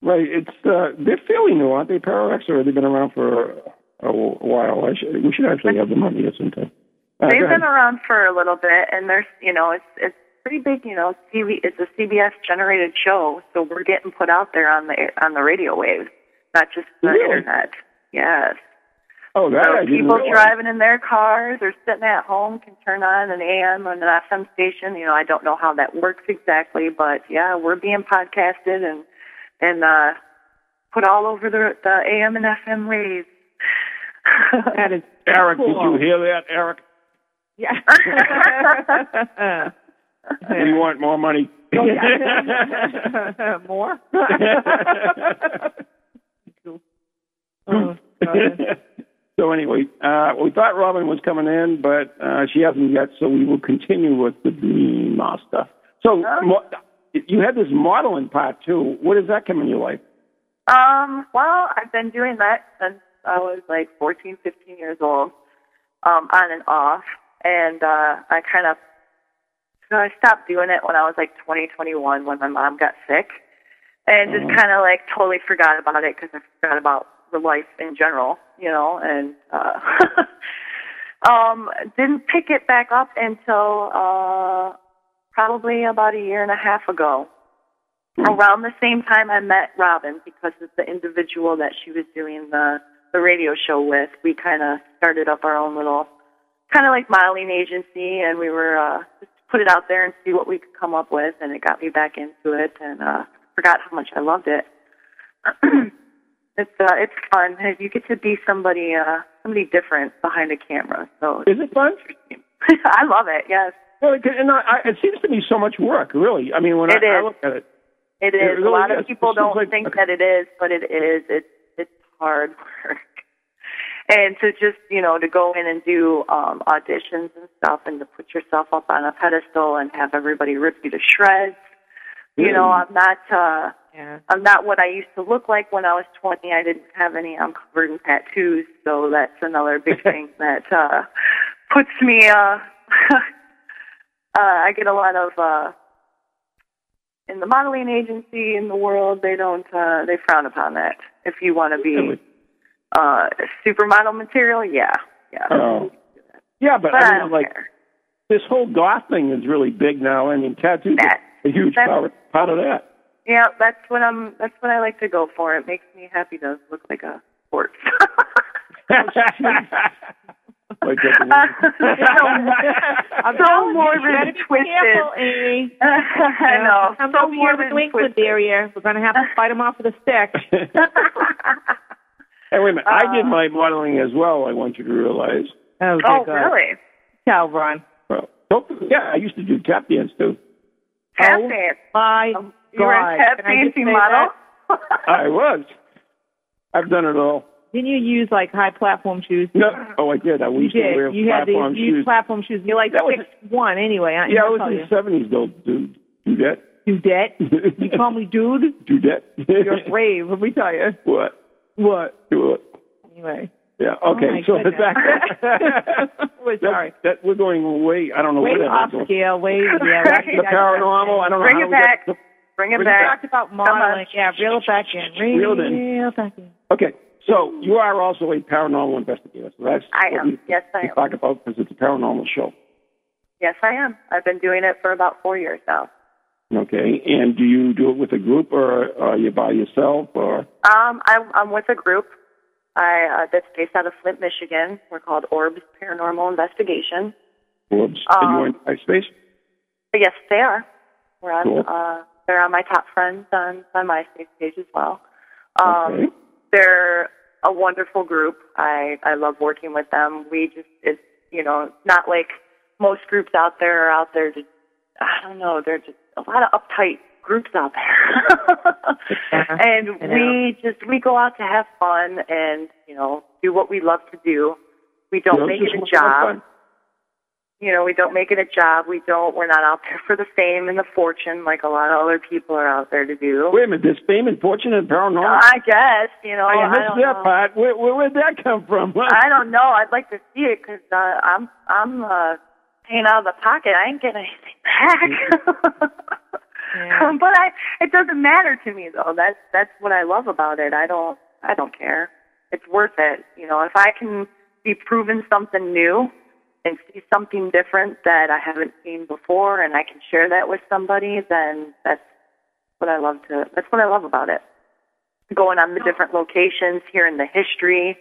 Speaker 5: Right. It's uh, they're fairly new, aren't they? Parax, or have they been around for a, a while? I should, we should actually have them on here sometime. Uh,
Speaker 3: They've
Speaker 5: go ahead.
Speaker 3: been around for a little bit, and there's you know it's it's pretty big. You know, CV, it's a CBS generated show, so we're getting put out there on the on the radio waves, not just the
Speaker 5: Really?
Speaker 3: internet. Yes.
Speaker 5: oh, that
Speaker 3: So
Speaker 5: I didn't
Speaker 3: people
Speaker 5: realize.
Speaker 3: driving in their cars or sitting at home can turn on an AM or an FM station. You know, I don't know how that works exactly, but yeah, we're being podcasted and and uh, put all over the, the AM and FM waves. [LAUGHS]
Speaker 4: That is
Speaker 5: Eric, did
Speaker 4: cool.
Speaker 5: you hear that,
Speaker 3: [LAUGHS]
Speaker 5: Eric?
Speaker 4: Yeah.
Speaker 5: We want more money.
Speaker 4: [LAUGHS]
Speaker 5: [LAUGHS]
Speaker 3: Oh, [LAUGHS]
Speaker 4: [LAUGHS] More?
Speaker 3: Oh,
Speaker 5: so anyway, uh, we thought Robin was coming in, but uh, she hasn't yet. So we will continue with the Dream Master. So mo- you had this modeling part too. What does that come in your life?
Speaker 3: Um, well, I've been doing that since I was like 14, 15 years old, um, on and off. And uh, I kind of so I stopped doing it when I was like 20, 21 when my mom got sick, and just kind of like totally forgot about it because I forgot about the life in general, you know, and uh, [LAUGHS] um, didn't pick it back up until uh, probably about a year and a half ago around the same time I met Robin, because it's the individual that she was doing the the radio show with, we kind of started up our own little kind of like modeling agency, and we were uh, just put it out there and see what we could come up with, and it got me back into it, and uh, forgot how much I loved it. [CLEARS THROAT] it's uh, it's fun. You get to be somebody uh, somebody different behind a camera, so [LAUGHS]
Speaker 5: Is it fun?
Speaker 3: I love it. Yes.
Speaker 5: Well, it, and I, I, it seems to be so much work, really. I mean, when
Speaker 3: It
Speaker 5: I, I
Speaker 3: is.
Speaker 5: look at it,
Speaker 3: It
Speaker 5: It
Speaker 3: is.
Speaker 5: really
Speaker 3: a lot
Speaker 5: is.
Speaker 3: of people
Speaker 5: It seems
Speaker 3: don't
Speaker 5: like-
Speaker 3: think that it is, but it is. It's it's hard work. And to just you know to go in and do um, auditions and stuff, and to put yourself up on a pedestal and have everybody rip you to shreds. You know, I'm not. Uh,
Speaker 4: Yeah.
Speaker 3: I'm not what I used to look like when I was 20. I didn't have any. I'm covered in tattoos, so that's
Speaker 5: [LAUGHS]
Speaker 3: another big thing that uh, puts me. Uh, [LAUGHS] uh, I get a lot of uh, in the modeling agency in the world. They don't. Uh, they frown upon that. If you want to be uh, supermodel material, yeah, yeah.
Speaker 5: Oh. yeah, but,
Speaker 3: but
Speaker 5: I
Speaker 3: I
Speaker 5: mean,
Speaker 3: don't
Speaker 5: like
Speaker 3: care.
Speaker 5: this whole goth thing is really big now. I mean, tattoos
Speaker 3: That-
Speaker 5: are a huge
Speaker 3: that's-
Speaker 5: part, part of
Speaker 4: [LAUGHS]
Speaker 5: that.
Speaker 3: Yeah, that's what I'm. That's what I like to go for. It makes me happy to look like a [LAUGHS] sports.
Speaker 5: Like that-
Speaker 4: [LAUGHS]
Speaker 3: so, so morbid and twisted.
Speaker 4: Careful, Amy.
Speaker 3: [LAUGHS] I know.
Speaker 4: Come
Speaker 3: so
Speaker 4: over here
Speaker 3: morbid
Speaker 4: with
Speaker 3: and
Speaker 4: New England
Speaker 3: twisted.
Speaker 4: barrier. We're going to have [LAUGHS] to fight them off with a stick.
Speaker 5: Hey, wait a minute. I did
Speaker 4: Uh,
Speaker 5: my modeling as well, I want you to realize.
Speaker 4: Oh, dear
Speaker 3: oh,
Speaker 4: God.
Speaker 3: really?
Speaker 4: Tell Ron.
Speaker 5: Well, don't, yeah, I used to do tap dance, too.
Speaker 3: Tap
Speaker 4: Oh,
Speaker 3: dance.
Speaker 4: My
Speaker 5: Um,
Speaker 4: God.
Speaker 3: You were a tap
Speaker 4: Can I just
Speaker 3: dancing
Speaker 4: say [LAUGHS]
Speaker 3: model?
Speaker 5: I was. I've done it all.
Speaker 4: that? Didn't you use like high platform shoes?
Speaker 5: No, oh, I did. I
Speaker 4: You
Speaker 5: used to wear
Speaker 4: did. You had
Speaker 5: platform
Speaker 4: these huge
Speaker 5: shoes.
Speaker 4: platform shoes. You're like
Speaker 5: That was-
Speaker 4: six one anyway, aren't you?
Speaker 5: yeah, I
Speaker 4: I'll
Speaker 5: was
Speaker 4: tell
Speaker 5: in
Speaker 4: you.
Speaker 5: the seventies though. Do do that?
Speaker 4: Dudette. you call
Speaker 5: [LAUGHS]
Speaker 4: me dude?
Speaker 5: Do that? [LAUGHS]
Speaker 4: You're brave, let me tell you.
Speaker 5: what?
Speaker 4: What?
Speaker 5: What? [LAUGHS]
Speaker 4: Anyway.
Speaker 5: Yeah.
Speaker 4: Oh my
Speaker 5: Okay. so
Speaker 4: goodness. [LAUGHS]
Speaker 5: back.
Speaker 4: We're
Speaker 5: That-
Speaker 4: sorry.
Speaker 5: That, we're going way. I don't know
Speaker 4: Way
Speaker 5: what
Speaker 4: off
Speaker 5: going.
Speaker 4: scale, way yeah.
Speaker 3: [LAUGHS] Right.
Speaker 4: we
Speaker 5: The
Speaker 4: got-
Speaker 5: paranormal. I don't know
Speaker 3: Bring
Speaker 5: how
Speaker 3: it
Speaker 5: we got-
Speaker 3: back. Bring it
Speaker 5: Bring it
Speaker 4: We
Speaker 3: back.
Speaker 4: talked about
Speaker 3: on.
Speaker 4: modeling. Yeah, reel it back in. Reel,
Speaker 5: Reel it in.
Speaker 4: back in.
Speaker 5: Okay. So you are also a paranormal investigator. So that's
Speaker 3: I
Speaker 5: what
Speaker 3: am.
Speaker 5: We,
Speaker 3: Yes, I
Speaker 5: we
Speaker 3: am.
Speaker 5: talk about because it's a paranormal show.
Speaker 3: Yes, I am. I've been doing it for about four years now.
Speaker 5: Okay. And do you do it with a group or are you by yourself or?
Speaker 3: Um, I'm, I'm with a group I, uh, that's based out of Flint, Michigan. We're called Orbs Paranormal Investigation.
Speaker 5: Oops. are you in
Speaker 3: Um,
Speaker 5: MySpace?
Speaker 3: But yes, they are. We're on.
Speaker 5: Cool.
Speaker 3: Uh, they're on my top friends on my MySpace page as well. Um,
Speaker 5: Okay.
Speaker 3: They're a wonderful group. I I love working with them. We just it's you know it's not like most groups out there are out there. Just, I don't know. They're just a lot of uptight groups out there, [LAUGHS] and
Speaker 4: I know.
Speaker 3: we just we go out to have fun and you know do what we love to do. We don't
Speaker 5: You know,
Speaker 3: make
Speaker 5: just
Speaker 3: it
Speaker 5: want
Speaker 3: a
Speaker 5: to have
Speaker 3: job
Speaker 5: fun.
Speaker 3: you know, we don't make it a job. We don't. We're not out there for the fame and the fortune like a lot of other people are out there to do.
Speaker 5: Wait a minute. This fame and fortune and paranormal. Oh,
Speaker 3: I guess you know.
Speaker 5: I
Speaker 3: I,
Speaker 5: missed
Speaker 3: don't
Speaker 5: that
Speaker 3: know.
Speaker 5: part. Where, where, where'd that come from? [LAUGHS]
Speaker 3: I don't know. I'd like to see it because uh, I'm I'm uh, paying out of the pocket. I ain't getting anything back.
Speaker 4: Yeah.
Speaker 3: [LAUGHS] but I, it doesn't matter to me though. That's that's what I love about it. I don't I don't care. It's worth it. You know, if I can be proven something new and see something different that I haven't seen before, and I can share that with somebody, then that's what I love to. That's what I love about it. Going on the different locations, hearing the history,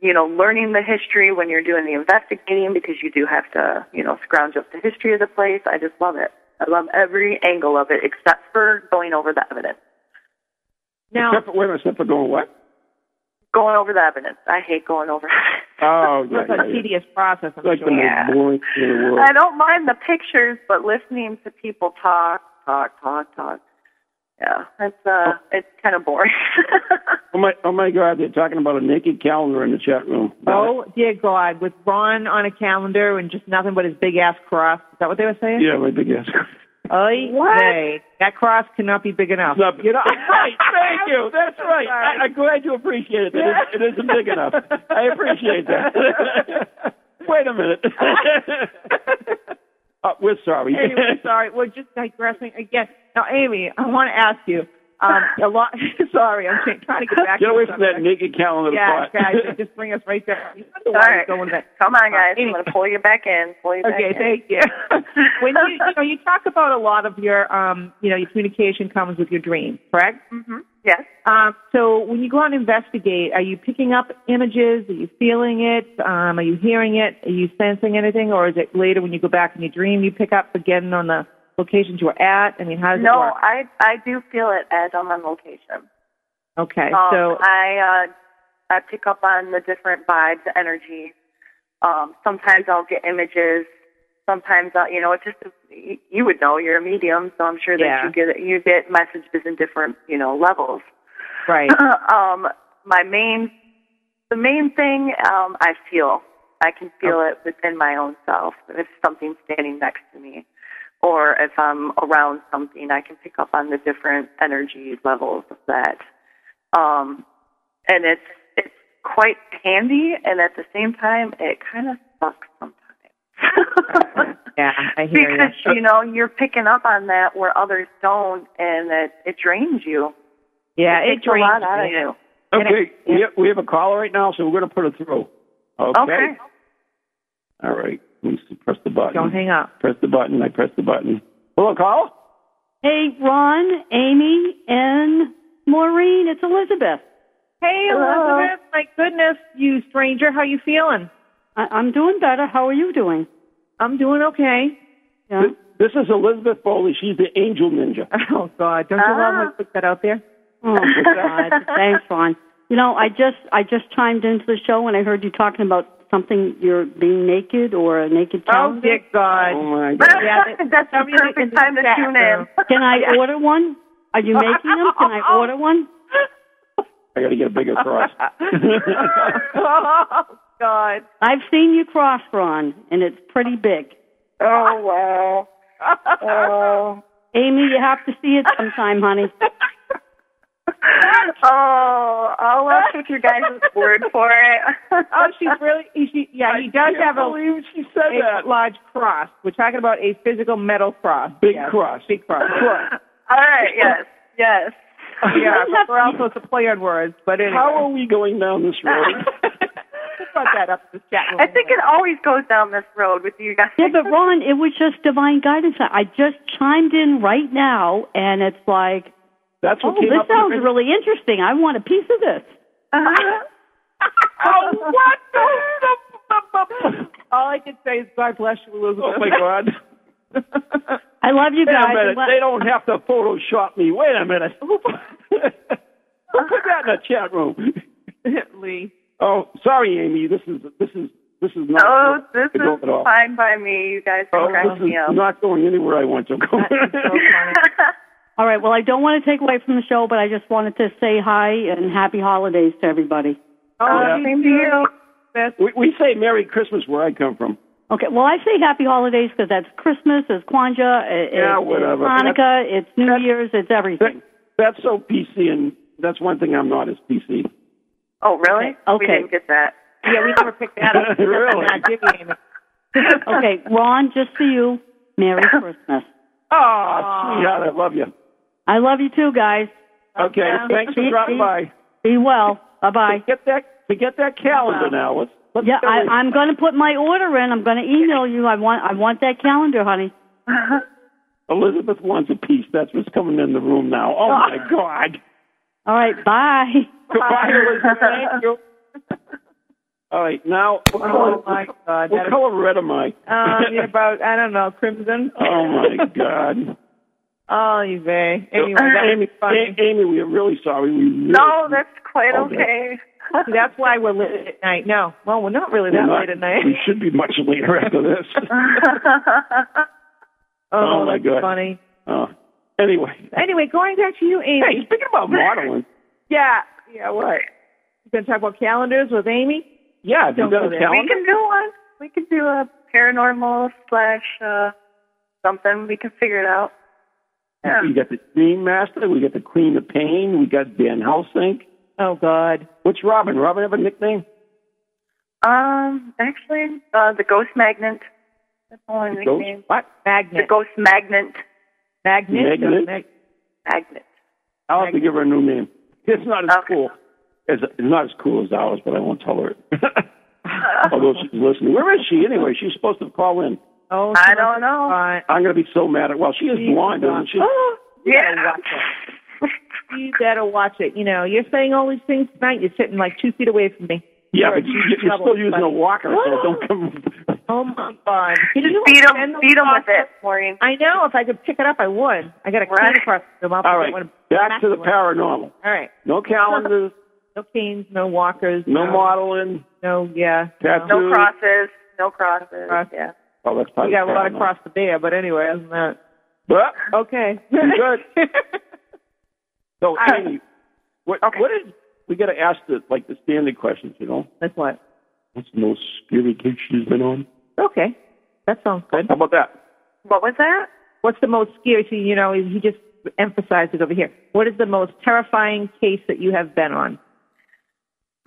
Speaker 3: you know, learning the history when you're doing the investigating because you do have to, you know, scrounge up the history of the place. I just love it. I love every angle of it except for going over the evidence.
Speaker 4: Now,
Speaker 5: Except for, wait a minute. Except for going what?
Speaker 3: Going over the evidence. I hate going over. [LAUGHS]
Speaker 5: Oh, yeah,
Speaker 4: that's
Speaker 5: yeah,
Speaker 4: a
Speaker 5: yeah.
Speaker 4: tedious process, I'm
Speaker 5: Like the
Speaker 4: sure.
Speaker 3: Yeah.
Speaker 5: most boring thing in the world.
Speaker 3: I don't mind the pictures, but listening to people talk, talk, talk, talk. Yeah, it's uh, it's kind of boring. [LAUGHS]
Speaker 5: Oh my, oh my God! They're talking about a naked calendar in the chat room.
Speaker 4: Oh dear God, with Ron on a calendar and just nothing but his big ass cross. Is that what they were saying?
Speaker 5: yeah, my big ass.
Speaker 4: Oy vey. That cross cannot be big enough.
Speaker 5: Not,
Speaker 4: [LAUGHS]
Speaker 5: you know, right, thank you. [LAUGHS] That's right. I, I'm glad you appreciate it. It, is, it isn't big enough. I appreciate that. [LAUGHS] Wait a minute. uh, we're sorry. [LAUGHS]
Speaker 4: anyway, sorry, we're just digressing again. Now, Amy, I want to ask you um, a lot. [LAUGHS] sorry, I'm trying- trying to get back.
Speaker 5: Get
Speaker 4: to
Speaker 5: away
Speaker 4: the
Speaker 5: from that
Speaker 4: subject.
Speaker 5: naked calendar
Speaker 4: Yeah,
Speaker 5: part.
Speaker 4: guys,
Speaker 5: [LAUGHS]
Speaker 4: they just bring us right there.
Speaker 3: All right,
Speaker 4: Going back. Uh,
Speaker 3: come on, guys. I'm
Speaker 4: Anyway.
Speaker 3: gonna pull you back in. Pull you back
Speaker 4: Okay,
Speaker 3: in.
Speaker 4: thank you. when you, you know, you talk about a lot of your, um, you know, your communication comes with your dream, correct?
Speaker 3: hmm Yes.
Speaker 4: Um, so when you go out and investigate, are you picking up images? Are you feeling it? Um, are you hearing it? Are you sensing anything? Or is it later when you go back in your dream you pick up again on the locations you were at? I mean, how does it
Speaker 3: No,
Speaker 4: work?
Speaker 3: I I do feel it as I'm on location.
Speaker 4: Okay,
Speaker 3: Um,
Speaker 4: so
Speaker 3: I uh, I pick up on the different vibes, energy. Um, sometimes I'll get images sometimes uh, you know it's just you- you would know you're a medium, so I'm sure that
Speaker 8: Yeah.
Speaker 3: you get you get messages in different you know levels. [LAUGHS]
Speaker 4: Right.
Speaker 3: um, my main the main thing um, I feel I can feel it within my own self if something's standing next to me. Or if I'm around something, I can pick up on the different energy levels of that. Um, and it's it's quite handy, and at the same time, it kind of sucks [LAUGHS] sometimes.
Speaker 9: Yeah, I hear
Speaker 3: because
Speaker 9: you.
Speaker 3: you know you're picking up on that where others don't, and it it drains you.
Speaker 9: yeah,
Speaker 3: it,
Speaker 9: it
Speaker 3: takes a lot
Speaker 9: drains
Speaker 3: out of
Speaker 9: me.
Speaker 3: you.
Speaker 5: Okay, we have, we have a caller right now, so we're going to put her through. Okay.
Speaker 3: Okay.
Speaker 5: All right. Let's press the button.
Speaker 9: Don't hang up.
Speaker 5: Press the button. I press the button. Hello, caller.
Speaker 10: Hey, Ron, Amy, and Maureen. It's Elizabeth.
Speaker 4: Hey,
Speaker 10: Hello.
Speaker 4: Elizabeth. My goodness, you stranger. How you feeling?
Speaker 10: I- I'm doing better. How are you doing?
Speaker 4: I'm doing okay.
Speaker 10: Yeah.
Speaker 5: Th- This is Elizabeth Foley. She's the angel ninja.
Speaker 4: [LAUGHS] Oh, God. Don't you love when
Speaker 3: Ah.
Speaker 4: we put that out there?
Speaker 10: Oh God! Thanks, Ron. You know, I just I just chimed into the show when I heard you talking about something you're being naked or a naked
Speaker 4: Oh,
Speaker 10: calendar.
Speaker 4: dear God.
Speaker 5: Oh, my God.
Speaker 4: Yeah, that-
Speaker 3: that's the
Speaker 4: somebody in
Speaker 3: perfect
Speaker 4: the
Speaker 3: time to
Speaker 4: chat
Speaker 3: tune
Speaker 4: room.
Speaker 3: in. [LAUGHS]
Speaker 10: Can I order one? Are you making them? Can I order one?
Speaker 5: I got to get a bigger
Speaker 10: [LAUGHS]
Speaker 5: cross.
Speaker 4: [LAUGHS]
Speaker 5: [LAUGHS]
Speaker 4: oh, God.
Speaker 10: I've seen you cross, Ron, and it's pretty big.
Speaker 3: Oh wow! Oh.
Speaker 10: Amy, you have to see it sometime, honey.
Speaker 3: oh, I'll ask what your guys' word for it.
Speaker 4: [LAUGHS] Oh, she's really. She, yeah, he does have a,
Speaker 5: believe she said that.
Speaker 4: a large cross. We're talking about a physical metal cross.
Speaker 5: Big
Speaker 4: Yes,
Speaker 5: cross.
Speaker 4: Big cross.
Speaker 3: [LAUGHS] All right. Yes. Yes.
Speaker 4: Oh, yeah, but we're all supposed to play on words, but
Speaker 5: [LAUGHS]
Speaker 4: anyway. [LAUGHS]
Speaker 5: How are we going down this road?
Speaker 4: Who brought that up in the chat room?
Speaker 3: [LAUGHS] I think it always goes down this road with you guys.
Speaker 10: Yeah, but Ron, it was just divine guidance. I I just chimed in right now, and it's like,
Speaker 5: That's
Speaker 10: oh,
Speaker 5: what came
Speaker 10: this
Speaker 5: up.
Speaker 10: sounds
Speaker 5: with-
Speaker 10: really interesting. I want a piece of this.
Speaker 4: Oh, what the? All I can say is God bless you,
Speaker 5: [LAUGHS]
Speaker 4: Elizabeth.
Speaker 5: Oh my God!
Speaker 4: God.
Speaker 10: I love you
Speaker 5: Wait
Speaker 10: guys.
Speaker 5: a minute.
Speaker 10: Let-
Speaker 5: They don't have to Photoshop me. Wait a
Speaker 10: [LAUGHS]
Speaker 5: minute. Who put who put that in the chat room?
Speaker 4: [LAUGHS] Lee.
Speaker 5: Oh, sorry, Amy. This is this is this is not.
Speaker 3: [LAUGHS] oh, this
Speaker 5: good
Speaker 3: is
Speaker 5: at all.
Speaker 3: fine by me. You guys can
Speaker 5: Oh,
Speaker 3: crack
Speaker 5: this is
Speaker 3: me up.
Speaker 5: not going anywhere I want to go. [LAUGHS]
Speaker 10: All right. Well, I don't want to take away from the show, but I just wanted to say hi and happy holidays to everybody.
Speaker 4: Oh,
Speaker 5: Yeah.
Speaker 4: you
Speaker 3: Same to you.
Speaker 5: we, we say Merry Christmas where I come from.
Speaker 10: Okay. Well, I say happy holidays because that's Christmas, it's Kwanzaa, it,
Speaker 5: Yeah,
Speaker 10: it's
Speaker 5: whatever.
Speaker 10: Hanukkah, it's New
Speaker 5: that's-
Speaker 10: Year's, it's
Speaker 5: That, [LAUGHS]
Speaker 10: everything.
Speaker 5: that's so PC, and that's one thing I'm not as PC.
Speaker 3: Oh, really?
Speaker 10: Okay.
Speaker 3: We didn't get that.
Speaker 4: Yeah, we never picked that up.
Speaker 5: [LAUGHS] Really?
Speaker 4: [LAUGHS] Not Jimmy, Amy.
Speaker 10: Okay, Ron, just for you,
Speaker 5: [LAUGHS]
Speaker 10: Merry Christmas.
Speaker 5: Oh, God, I love you.
Speaker 10: I love you too, guys.
Speaker 5: Okay, thanks for dropping by.
Speaker 10: Be well. Bye bye.
Speaker 5: Get that, forget that calendar now. Let's, let's
Speaker 10: Yeah,
Speaker 5: go
Speaker 10: I,
Speaker 5: in.
Speaker 10: I'm going to put my order in. I'm going to email you. I want I want that calendar, honey.
Speaker 5: Elizabeth wants a piece. That's what's coming in the room now. Oh, my God.
Speaker 10: All right, bye.
Speaker 5: Goodbye, Elizabeth. Thank you. All right, now, what color,
Speaker 4: Oh my God.
Speaker 5: what
Speaker 4: that is-
Speaker 5: color red am I?
Speaker 4: Um, you're about I don't know crimson.
Speaker 5: [LAUGHS] oh, my God.
Speaker 4: Oh, you bay. Anyway, that was
Speaker 5: Amy,
Speaker 4: funny.
Speaker 5: A- Amy, we are really sorry. We really,
Speaker 3: [LAUGHS] No, that's quite
Speaker 5: Okay.
Speaker 3: okay.
Speaker 4: See, that's why we're late at night. No, well, we're not really
Speaker 5: we're
Speaker 4: that
Speaker 5: not-
Speaker 4: late at night.
Speaker 5: We should be much later after
Speaker 4: [LAUGHS]
Speaker 5: this. [LAUGHS]
Speaker 3: [LAUGHS]
Speaker 4: Oh,
Speaker 5: Oh, my
Speaker 4: that's
Speaker 5: God.
Speaker 4: funny.
Speaker 5: Uh, anyway,
Speaker 4: Anyway, going back to you,
Speaker 5: hey,
Speaker 4: Amy.
Speaker 5: speaking about modeling,
Speaker 4: Yeah, yeah. What? You gonna talk about calendars with Amy?
Speaker 5: yeah, if you've
Speaker 4: Don't
Speaker 5: got
Speaker 4: go
Speaker 5: a
Speaker 4: there.
Speaker 3: we
Speaker 5: calendar,
Speaker 3: can do one. We can do a paranormal slash uh, something. We can figure it out. Yeah.
Speaker 5: we got the Dream Master, we got the Queen of Pain, we got Dan Helsink.
Speaker 4: Oh God.
Speaker 5: What's Robin? Robin have a nickname?
Speaker 3: Um, actually, uh, the ghost magnet. That's the only
Speaker 5: Ghost?
Speaker 3: nickname.
Speaker 5: What?
Speaker 3: The
Speaker 4: Magnet.
Speaker 3: ghost magnet.
Speaker 4: Magnet.
Speaker 5: Magnet?
Speaker 3: Magnet.
Speaker 5: I'll have to give her a new name. It's not as
Speaker 3: Okay.
Speaker 5: cool. As, it's not as cool as ours, but I won't tell
Speaker 4: [LAUGHS]
Speaker 5: her. Although she's listening. Where is she anyway? She's supposed to call in.
Speaker 4: Oh,
Speaker 3: I
Speaker 4: she
Speaker 3: don't
Speaker 4: must-
Speaker 3: know.
Speaker 4: God.
Speaker 5: I'm going to be so mad at Well, she is blonde, isn't
Speaker 4: [GASPS]
Speaker 5: she?
Speaker 4: Oh.
Speaker 3: Yeah.
Speaker 4: You better watch it. You know, you're saying all these things tonight. You're sitting like two feet away from me.
Speaker 5: Yeah, but you, you're
Speaker 4: Oh, Trouble,
Speaker 5: still using a
Speaker 4: but-
Speaker 5: walker, so
Speaker 4: [GASPS]
Speaker 5: don't come.
Speaker 4: Oh my God! Can
Speaker 3: Just
Speaker 4: you
Speaker 3: [LAUGHS] beat
Speaker 4: send
Speaker 3: him,
Speaker 4: the
Speaker 3: beat him
Speaker 4: box-
Speaker 3: with it, Maureen.
Speaker 4: I know. If I could pick it up, I would. I got a cane
Speaker 3: Right.
Speaker 4: across the mouth.
Speaker 5: All right, back to the paranormal.
Speaker 4: All right.
Speaker 5: No calendars,
Speaker 4: No canes, no walkers,
Speaker 5: no modeling,
Speaker 4: no yeah,
Speaker 5: tattoos.
Speaker 3: No crosses. No crosses.
Speaker 4: Cross.
Speaker 3: Yeah.
Speaker 5: Well, Oh, that's
Speaker 4: We
Speaker 5: probably
Speaker 4: got a lot
Speaker 5: fair
Speaker 4: across the bear, but anyway, isn't that
Speaker 5: enough.
Speaker 4: okay?
Speaker 5: But
Speaker 4: [LAUGHS]
Speaker 5: good. so,
Speaker 4: I-
Speaker 5: Amy, what, what is, we got to ask the, like, the Stanley questions, you know?
Speaker 4: That's what.
Speaker 5: What's the most scary gig she's been on?
Speaker 4: Okay, that sounds good.
Speaker 5: How about that?
Speaker 3: What was that?
Speaker 4: What's the most scary? See, you know, he just emphasized it over here. What is the most terrifying case that you have been on?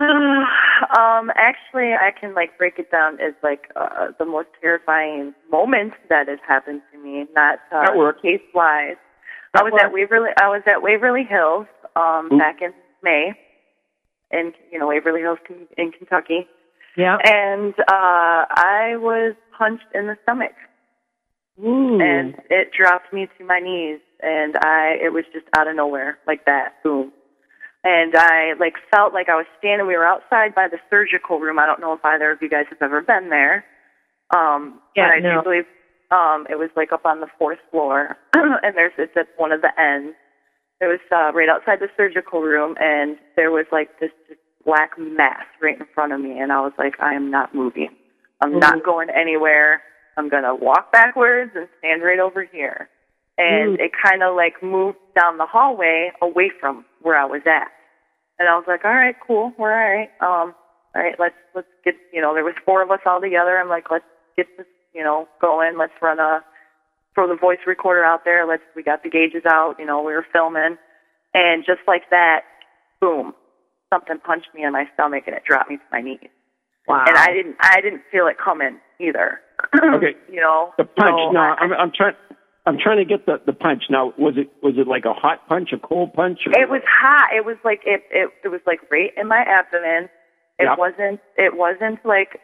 Speaker 3: [SIGHS] um, actually, I can like break it down as like uh, the most terrifying moment that has happened to me, not
Speaker 5: That
Speaker 3: uh,
Speaker 5: works.
Speaker 3: case wise. I was at Waverly. I was at Waverly Hills um,
Speaker 5: Ooh.
Speaker 3: back in May, in you know Waverly Hills Ken- in Kentucky,
Speaker 4: Yeah.
Speaker 3: and uh, I was punched in the stomach,
Speaker 4: Ooh.
Speaker 3: and it dropped me to my knees, and I it was just out of nowhere like that, boom. And I like felt like I was standing. We were outside by the surgical room. I don't know if either of you guys have ever been there, um,
Speaker 4: Yeah,
Speaker 3: but I
Speaker 4: no.
Speaker 3: do believe um, it was like up on the fourth floor, [CLEARS THROAT] and there's it's at one of the ends. It was uh, right outside the surgical room, and there was like this just black mass right in front of me, and I was like, I am not moving. I'm
Speaker 4: Mm-hmm.
Speaker 3: not going anywhere. I'm gonna walk backwards and stand right over here. And
Speaker 4: Mm.
Speaker 3: it kind of like moved down the hallway away from where I was at. And I was like, all right, cool, we're all right. Um, all right, let's let's get you know, there was four of us all together. I'm like, let's get this, you know, going. Let's run a throw the voice recorder out there. Let's we got the gauges out. You know, we were filming, and just like that, boom, something punched me in my stomach and it dropped me to my knees.
Speaker 4: wow.
Speaker 3: And I didn't I didn't feel it coming either. [CLEARS THROAT]
Speaker 5: Okay.
Speaker 3: you know,
Speaker 5: The punch.
Speaker 3: So
Speaker 5: now,
Speaker 3: I-
Speaker 5: I'm, I'm trying. I'm trying to get the the punch. Now, was it was it like a hot punch, a cold punch? Or
Speaker 3: It was hot. It was like it it, it was like right in my abdomen. It
Speaker 5: Yep.
Speaker 3: wasn't it wasn't like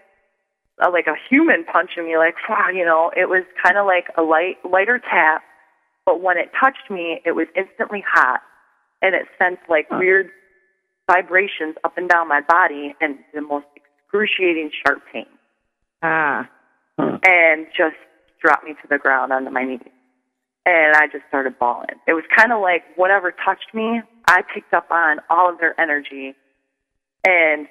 Speaker 3: a, like a human punching me like wow, you know, it was kind of like a light lighter tap, but when it touched me, it was instantly hot and it sent like weird vibrations up and down my body and the most excruciating sharp pain
Speaker 4: ah.
Speaker 3: and just dropped me to the ground onto my knees. And I just started bawling. It was kind of like whatever touched me, I picked up on all of their energy and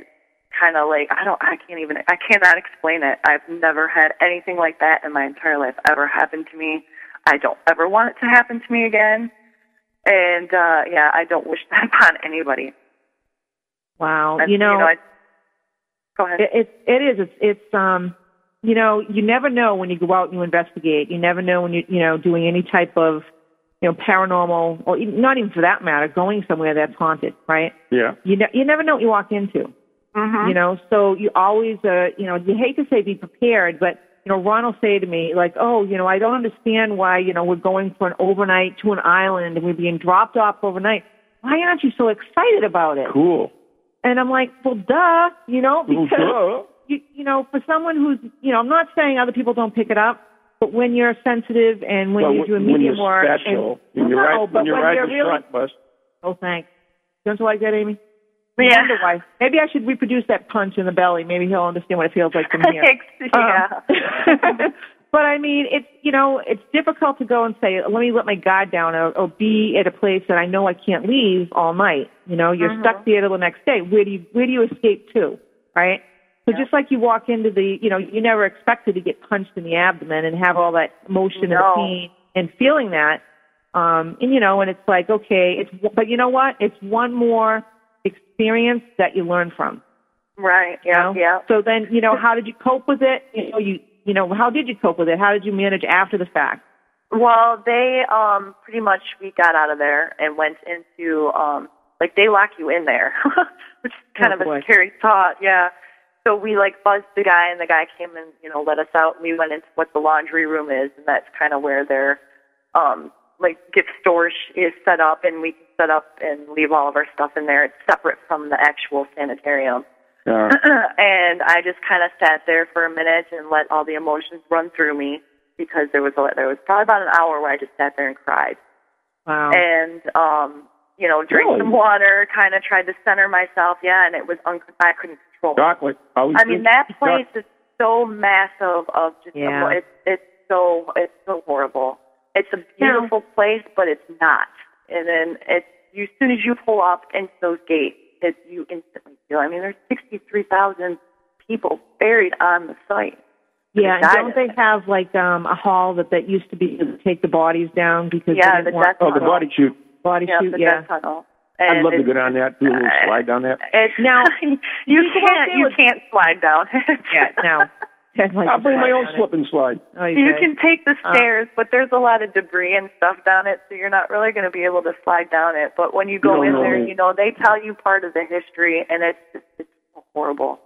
Speaker 3: kind of like, I don't, I can't even, I cannot explain it. I've never had anything like that in my entire life ever happen to me. I don't ever want it to happen to me again. And, uh, yeah, I don't wish that [LAUGHS] upon anybody.
Speaker 4: Wow.
Speaker 3: And,
Speaker 4: you know,
Speaker 3: I, go ahead.
Speaker 4: it, it it is. It's it's um. You know, you never know when you go out and you investigate. You never know when you you know doing any type of you know paranormal or even- not even for that matter going somewhere that's haunted, right?
Speaker 5: Yeah.
Speaker 4: You ne- you never know what you walk into.
Speaker 3: Mhm.
Speaker 4: you know so you always uh you know you hate to say be prepared but you know ron will say to me like oh you know i don't understand why you know we're going for an overnight to an island and we're being dropped off overnight why aren't you so excited about it
Speaker 5: Cool.
Speaker 4: and i'm like well duh you know because
Speaker 5: Duh.
Speaker 4: you, you know for someone who's you know i'm not saying other people don't pick it up but when you're sensitive and when
Speaker 5: well,
Speaker 4: you do a
Speaker 5: when, when
Speaker 4: medium
Speaker 5: you're
Speaker 4: work
Speaker 5: special,
Speaker 4: and,
Speaker 5: when you
Speaker 4: no,
Speaker 5: ride,
Speaker 4: but
Speaker 5: when you ride
Speaker 4: you're
Speaker 5: the
Speaker 4: really
Speaker 5: front bus.
Speaker 4: oh thanks don't you like that amy I
Speaker 3: Yeah.
Speaker 4: wonder why. Maybe I should reproduce that punch in the belly. Maybe he'll understand what it feels
Speaker 3: [LAUGHS]
Speaker 4: like from here.
Speaker 3: yeah.
Speaker 4: Um, [LAUGHS] but I mean, it's you know, it's difficult to go and say, let me let my guard down, or, or be at a place that I know I can't leave all night. You know, you're
Speaker 3: Mm-hmm.
Speaker 4: stuck there till the next day. Where do you where do you escape to, right? So just like you walk into the, you know, you never expected to get punched in the abdomen and have all that motion
Speaker 3: No.
Speaker 4: and pain and feeling that. Um, and you know, and it's like, okay, it's, but you know what? It's one more experience that you learn from
Speaker 3: right.
Speaker 4: you know?
Speaker 3: Yeah. Yeah.
Speaker 4: So then, you know, how did you cope with it? You know, you you know, how did you cope with it? How did you manage after the fact?
Speaker 3: Well, they um pretty much we got out of there and went into um like they lock you in there, [LAUGHS] which is kind
Speaker 4: Oh,
Speaker 3: of
Speaker 4: boy.
Speaker 3: a scary thought. Yeah. So we like buzzed the guy, and the guy came and you know let us out. And we went into what the laundry room is, and that's kind of where their um like gift store sh- is set up, and we can set up and leave all of our stuff in there. It's separate from the actual sanitarium.
Speaker 5: Yeah.
Speaker 3: [CLEARS THROAT] and I just kind of sat there for a minute and let all the emotions run through me because there was a, there was probably about an hour where I just sat there and cried
Speaker 4: Wow.
Speaker 3: and um you know drank
Speaker 5: Really?
Speaker 3: some water, kind of tried to center myself. Yeah, and it was un- I couldn't control. it.
Speaker 5: Chocolate. Always
Speaker 3: I mean
Speaker 5: drink
Speaker 3: that
Speaker 5: chocolate.
Speaker 3: place is so massive of just
Speaker 4: Yeah.
Speaker 3: it's it's so it's so horrible. It's a beautiful place, but it's not. And then it's you as soon as you pull up into those gates, it's you instantly feel. I mean, there's sixty three thousand people buried on the site.
Speaker 4: Yeah, and
Speaker 3: Got
Speaker 4: don't they have like um a hall that that used to be to take the bodies down because
Speaker 3: Yeah,
Speaker 4: they didn't
Speaker 3: the
Speaker 4: want
Speaker 3: death
Speaker 5: Oh, the body shoot.
Speaker 4: body
Speaker 3: yeah,
Speaker 4: shoot,
Speaker 3: the
Speaker 4: yeah.
Speaker 3: death tunnel.
Speaker 5: I'd
Speaker 3: And
Speaker 5: love to
Speaker 3: it's-
Speaker 5: go down that, do a little
Speaker 3: uh,
Speaker 5: slide down that.
Speaker 3: It's,
Speaker 4: Now,
Speaker 3: [LAUGHS]
Speaker 4: go
Speaker 3: you,
Speaker 4: out
Speaker 3: can't
Speaker 4: there
Speaker 3: you
Speaker 4: with-
Speaker 3: can't slide down. it.
Speaker 4: yeah,
Speaker 3: [LAUGHS]
Speaker 4: no. I'd like
Speaker 5: I'll
Speaker 4: to
Speaker 5: bring my
Speaker 4: slide
Speaker 5: own
Speaker 4: on it.
Speaker 5: slip and slide.
Speaker 4: Oh,
Speaker 3: You
Speaker 4: okay.
Speaker 3: can take
Speaker 5: Uh,
Speaker 3: the stairs, but there's a lot of debris and stuff down it, so you're not really going to be able to slide down it. But when you go
Speaker 5: No,
Speaker 3: in
Speaker 5: no,
Speaker 3: there,
Speaker 5: no.
Speaker 3: you know they tell you part of the history, and it's just, it's so horrible,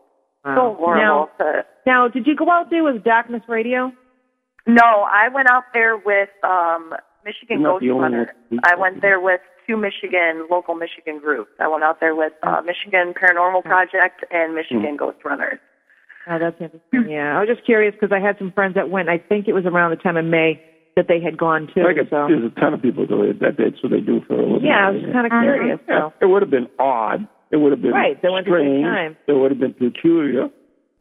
Speaker 3: so horrible. to-
Speaker 4: Now, did you go out there with Darkness Radio?
Speaker 3: no, I went out there with um
Speaker 5: You're
Speaker 3: Michigan
Speaker 5: not
Speaker 3: Ghost
Speaker 5: the only
Speaker 3: Hunter.
Speaker 5: one.
Speaker 3: I went there with two Michigan local Michigan groups. I went out there with
Speaker 5: Mm-hmm.
Speaker 3: uh, Michigan Paranormal Project and Michigan Ghost Runners.
Speaker 4: Oh, that's
Speaker 3: Mm.
Speaker 4: interesting. Yeah, I was just curious because I had some friends that went. I think it was around the time of May that they had gone too.
Speaker 5: Like a,
Speaker 4: so
Speaker 5: there's a ton of people that do it. That, that's what they do for a living.
Speaker 4: yeah, I was just kind
Speaker 3: Mm-hmm.
Speaker 4: of curious.
Speaker 5: Yeah,
Speaker 4: So
Speaker 5: it would have been odd. It would have been
Speaker 4: Right, they went to take
Speaker 5: strange.
Speaker 4: time.
Speaker 5: It would have been peculiar.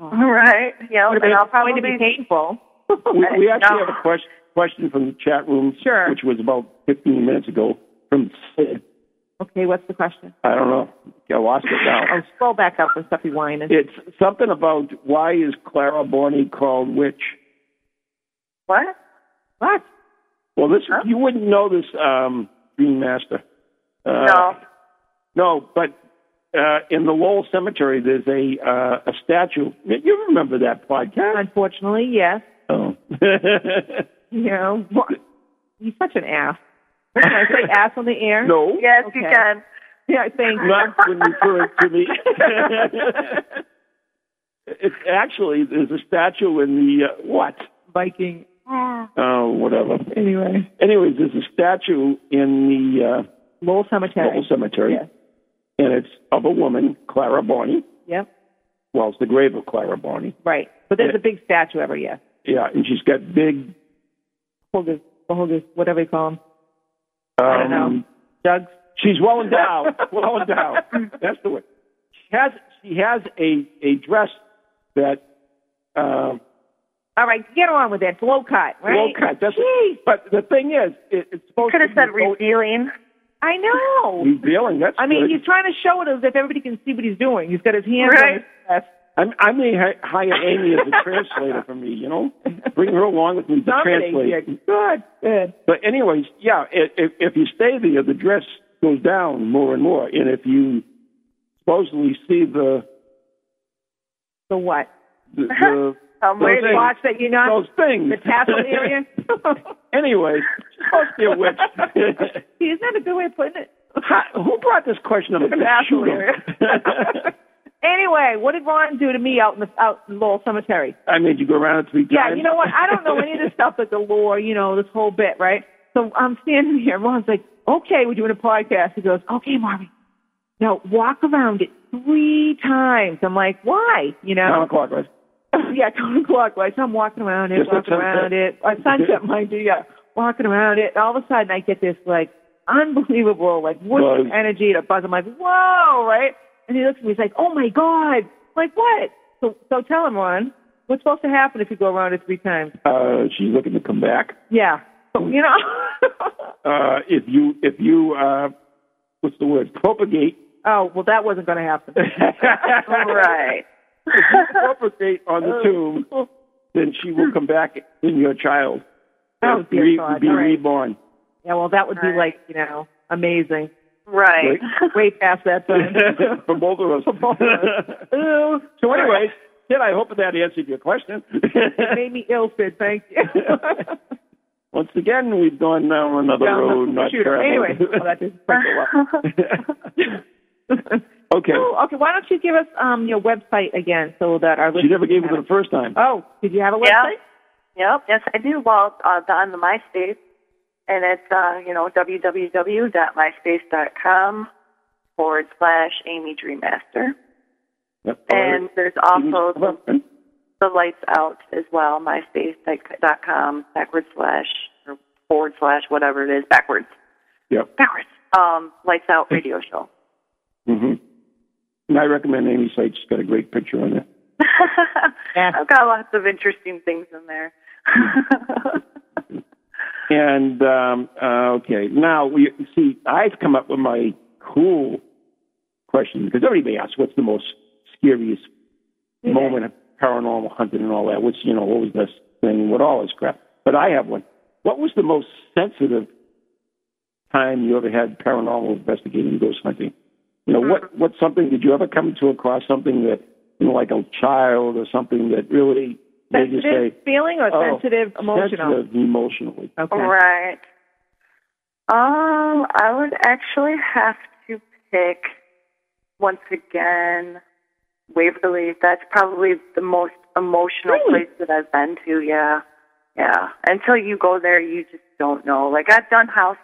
Speaker 5: Mm-hmm.
Speaker 3: Right? Yeah, and I'll
Speaker 4: going
Speaker 3: probably
Speaker 4: to be painful.
Speaker 5: We,
Speaker 4: [LAUGHS]
Speaker 5: we actually
Speaker 3: No.
Speaker 5: have a question, question from the chat room,
Speaker 4: Sure.
Speaker 5: which was about 15 minutes ago from Sid.
Speaker 4: Okay, what's the question?
Speaker 5: I don't know. I lost it
Speaker 4: Oh,
Speaker 5: now.
Speaker 4: scroll back up and stuff you whining.
Speaker 5: it's something about why is Clara Borney called witch?
Speaker 3: what?
Speaker 4: What?
Speaker 5: Well, this you wouldn't know this, um, Green Master. Uh,
Speaker 3: no.
Speaker 5: No, but uh, in the Lowell Cemetery, there's a uh, a statue. You remember that podcast?
Speaker 4: Unfortunately, yes.
Speaker 5: Oh.
Speaker 4: You know, what? he's such an ass. Can I say ass on the
Speaker 5: [LAUGHS]
Speaker 4: air?
Speaker 5: no,
Speaker 3: Yes, you
Speaker 4: Okay.
Speaker 3: can.
Speaker 4: [LAUGHS] Yeah, thank you.
Speaker 5: not when referring to the. [LAUGHS] it's actually there's a statue in the uh, what?
Speaker 4: Viking.
Speaker 5: Oh, whatever.
Speaker 4: Anyway,
Speaker 5: Anyways, there's a statue in the uh,
Speaker 4: Lowell Cemetery.
Speaker 5: Lowell Cemetery,
Speaker 4: Yes.
Speaker 5: and it's of a woman, Clara Barney.
Speaker 4: Yep.
Speaker 5: Well, it's the grave of Clara Barney.
Speaker 4: Right. But there's a big statue ever. Yes.
Speaker 5: Yeah, and she's got big.
Speaker 4: Holders, holders, whatever you call them.
Speaker 5: Um,
Speaker 4: I don't know. Jugs.
Speaker 5: She's well
Speaker 4: [LAUGHS]
Speaker 5: endowed. well endowed. That's the way. She has she has a a dress that um
Speaker 4: All right, get on with it. Low cut, right?
Speaker 5: low cut. That's but the thing is, it, it's supposed
Speaker 3: Could have
Speaker 5: to
Speaker 3: said
Speaker 5: be so
Speaker 3: revealing.
Speaker 4: I know.
Speaker 5: revealing. That's
Speaker 4: I mean,
Speaker 5: Mm-hmm. good.
Speaker 4: he's trying to show it as if everybody can see what he's doing. He's got his hands on
Speaker 3: Right.
Speaker 4: his chest.
Speaker 5: I'm, I may hi- hire Amy
Speaker 4: [LAUGHS]
Speaker 5: as a translator for me. You know, bring her along with me to
Speaker 4: Somebody
Speaker 5: translate.
Speaker 4: did. Good, good.
Speaker 5: But anyways, yeah. i- If if you stay there, the dress goes down more and more, and if you supposedly see the
Speaker 4: So what? [LAUGHS]
Speaker 5: the, the
Speaker 3: Um,
Speaker 5: those
Speaker 3: where
Speaker 5: things,
Speaker 4: Watch that you're not
Speaker 5: those things.
Speaker 4: the tassel area.
Speaker 5: [LAUGHS] Anyway, supposed to be a
Speaker 4: [LAUGHS]
Speaker 5: witch.
Speaker 4: See, Isn't that a good way of putting it?
Speaker 5: Hi- Who brought this question up?
Speaker 4: tassel
Speaker 5: Shoot 'em.
Speaker 4: area. anyway, what did Ron do to me out in the out in Lowell Cemetery?
Speaker 5: [LAUGHS] I made you go around it three
Speaker 4: Yeah,
Speaker 5: times.
Speaker 4: you know what? I don't know any of this stuff like the lore, you know, this whole bit, right? So I'm standing here. Ron's like, okay, we're doing a podcast. He goes, okay, Marvin. Now walk around it three times. I'm like, why?
Speaker 5: [LAUGHS]
Speaker 4: You
Speaker 5: Nine
Speaker 4: know?
Speaker 5: o'clock, right?
Speaker 4: [LAUGHS] yeah, counterclockwise. So I'm walking around it,
Speaker 5: Just
Speaker 4: walking
Speaker 5: at sunset.
Speaker 4: around it. Uh, sunset, mind you, yeah. Walking around it. And all of a sudden I get this like unbelievable, like whoosh
Speaker 5: Buzz.
Speaker 4: energy to buzz. I'm like, whoa, right? And he looks at me, he's like, oh my God. I'm like, what? So, so tell him, Ron, what's supposed to happen if you go around it three times?
Speaker 5: Uh, she's looking to come back.
Speaker 4: Yeah. So, you know. [LAUGHS]
Speaker 5: Uh, if you, if you, uh, what's the word? Propagate. [LAUGHS]
Speaker 4: oh, well, that wasn't going to happen.
Speaker 3: right.
Speaker 5: Propagate on
Speaker 4: Oh.
Speaker 5: the tomb, then she will come back in your child.
Speaker 4: Oh,
Speaker 5: be
Speaker 4: dear
Speaker 5: re-
Speaker 4: God.
Speaker 5: be
Speaker 4: All right.
Speaker 5: reborn.
Speaker 4: Yeah, well, that would be
Speaker 3: Right.
Speaker 4: like, you know, amazing.
Speaker 3: Right.
Speaker 4: Way past that
Speaker 5: [LAUGHS]
Speaker 4: time.
Speaker 5: For both of us. [LAUGHS]
Speaker 4: Ooh,
Speaker 5: so, anyways, Sid, I hope that answered your question.
Speaker 4: it made me ill fit. Thank you.
Speaker 5: [LAUGHS] Once again, we've gone down another
Speaker 4: Down the
Speaker 5: road. not
Speaker 4: shooter.
Speaker 5: traveled. [LAUGHS]
Speaker 4: Anyway, well, that [LAUGHS] didn't take
Speaker 5: [LAUGHS]
Speaker 4: a while.
Speaker 5: okay.
Speaker 4: Oh, okay, why don't you give us um, your website again so that our
Speaker 5: She
Speaker 4: listeners
Speaker 5: never gave it
Speaker 4: can
Speaker 5: the first time.
Speaker 4: have it. Oh, did you have a
Speaker 3: Yeah.
Speaker 4: website?
Speaker 3: Yep. Yes, I do. Well, uh, the- on the MySpace, and it's uh, you know www.myspace.com forward slash Amy Dreammaster,
Speaker 5: Yep.
Speaker 3: and there's also the,
Speaker 5: Alright.
Speaker 3: the lights out as well. MySpace.com backward slash or forward slash whatever it is backwards
Speaker 5: Yep.
Speaker 3: backwards. Um, lights out radio show. [LAUGHS]
Speaker 5: hmm And I recommend Amy's site. She's got a great picture on it.
Speaker 4: Yeah.
Speaker 3: I've got lots of interesting things in there. [LAUGHS]
Speaker 5: And um, uh, okay, now we see. I've come up with my cool question because everybody asks, "What's the most scariest moment paranormal hunting and all that, which, you know, always does thing with all this crap. But I have one. What was the most sensitive time you ever had paranormal investigating ghost hunting? You know, what
Speaker 4: Mm-hmm.
Speaker 5: what something did you ever come to across something that you know, like a child or something that really made you
Speaker 4: Sensitive
Speaker 5: say
Speaker 4: feeling or
Speaker 5: oh,
Speaker 4: sensitive emotional?
Speaker 5: sensitive emotionally.
Speaker 4: Okay.
Speaker 3: Right. Um, I would actually have to pick once again Waverly. That's probably the most emotional
Speaker 4: Really?
Speaker 3: place that I've been to, yeah. Yeah. Until you go there you just don't know. Like I've done house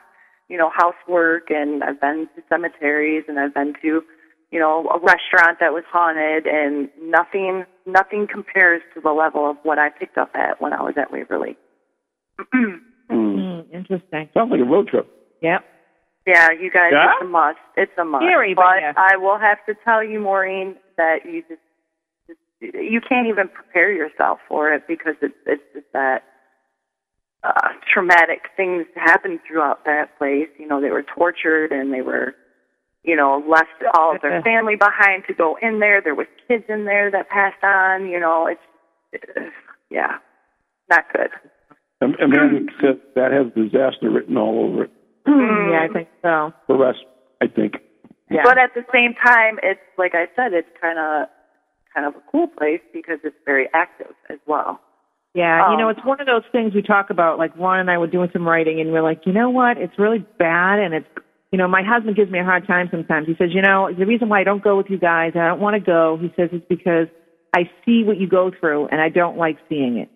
Speaker 3: you know, housework and I've been to cemeteries and I've been to, you know, a restaurant that was haunted and nothing nothing compares to the level of what I picked up at when I was at Waverly. [CLEARS THROAT]
Speaker 5: Mm.
Speaker 4: Mm, interesting.
Speaker 5: Sounds like a road trip.
Speaker 4: Yep.
Speaker 3: Yeah, you guys,
Speaker 5: Yeah?
Speaker 3: it's a must. It's a must.
Speaker 4: Scary, but
Speaker 3: but
Speaker 4: yeah.
Speaker 3: I will have to tell you, Maureen, that you just, just you can't even prepare yourself for it because it's it's just that uh, traumatic things happened throughout that place. You know, they were tortured and they were, you know, left all of
Speaker 4: Uh-huh.
Speaker 3: their family behind to go in there. There was kids in there that passed on. You know, it's [SIGHS] yeah, not good.
Speaker 5: Am- Amanda says that has disaster written all over it Mm.
Speaker 4: Yeah, I think so.
Speaker 5: for us, I think.
Speaker 4: Yeah.
Speaker 3: But at the same time, it's like I said, it's kind of kind of a cool place because it's very active as well.
Speaker 4: Yeah, you
Speaker 3: Um,
Speaker 4: know, it's one of those things we talk about. Like Ron and I were doing some writing, and we're like, you know what? It's really bad, and it's, you know, my husband gives me a hard time sometimes. He says, you know, the reason why I don't go with you guys, and I don't want to go. He says it's because I see what you go through, and I don't like seeing it.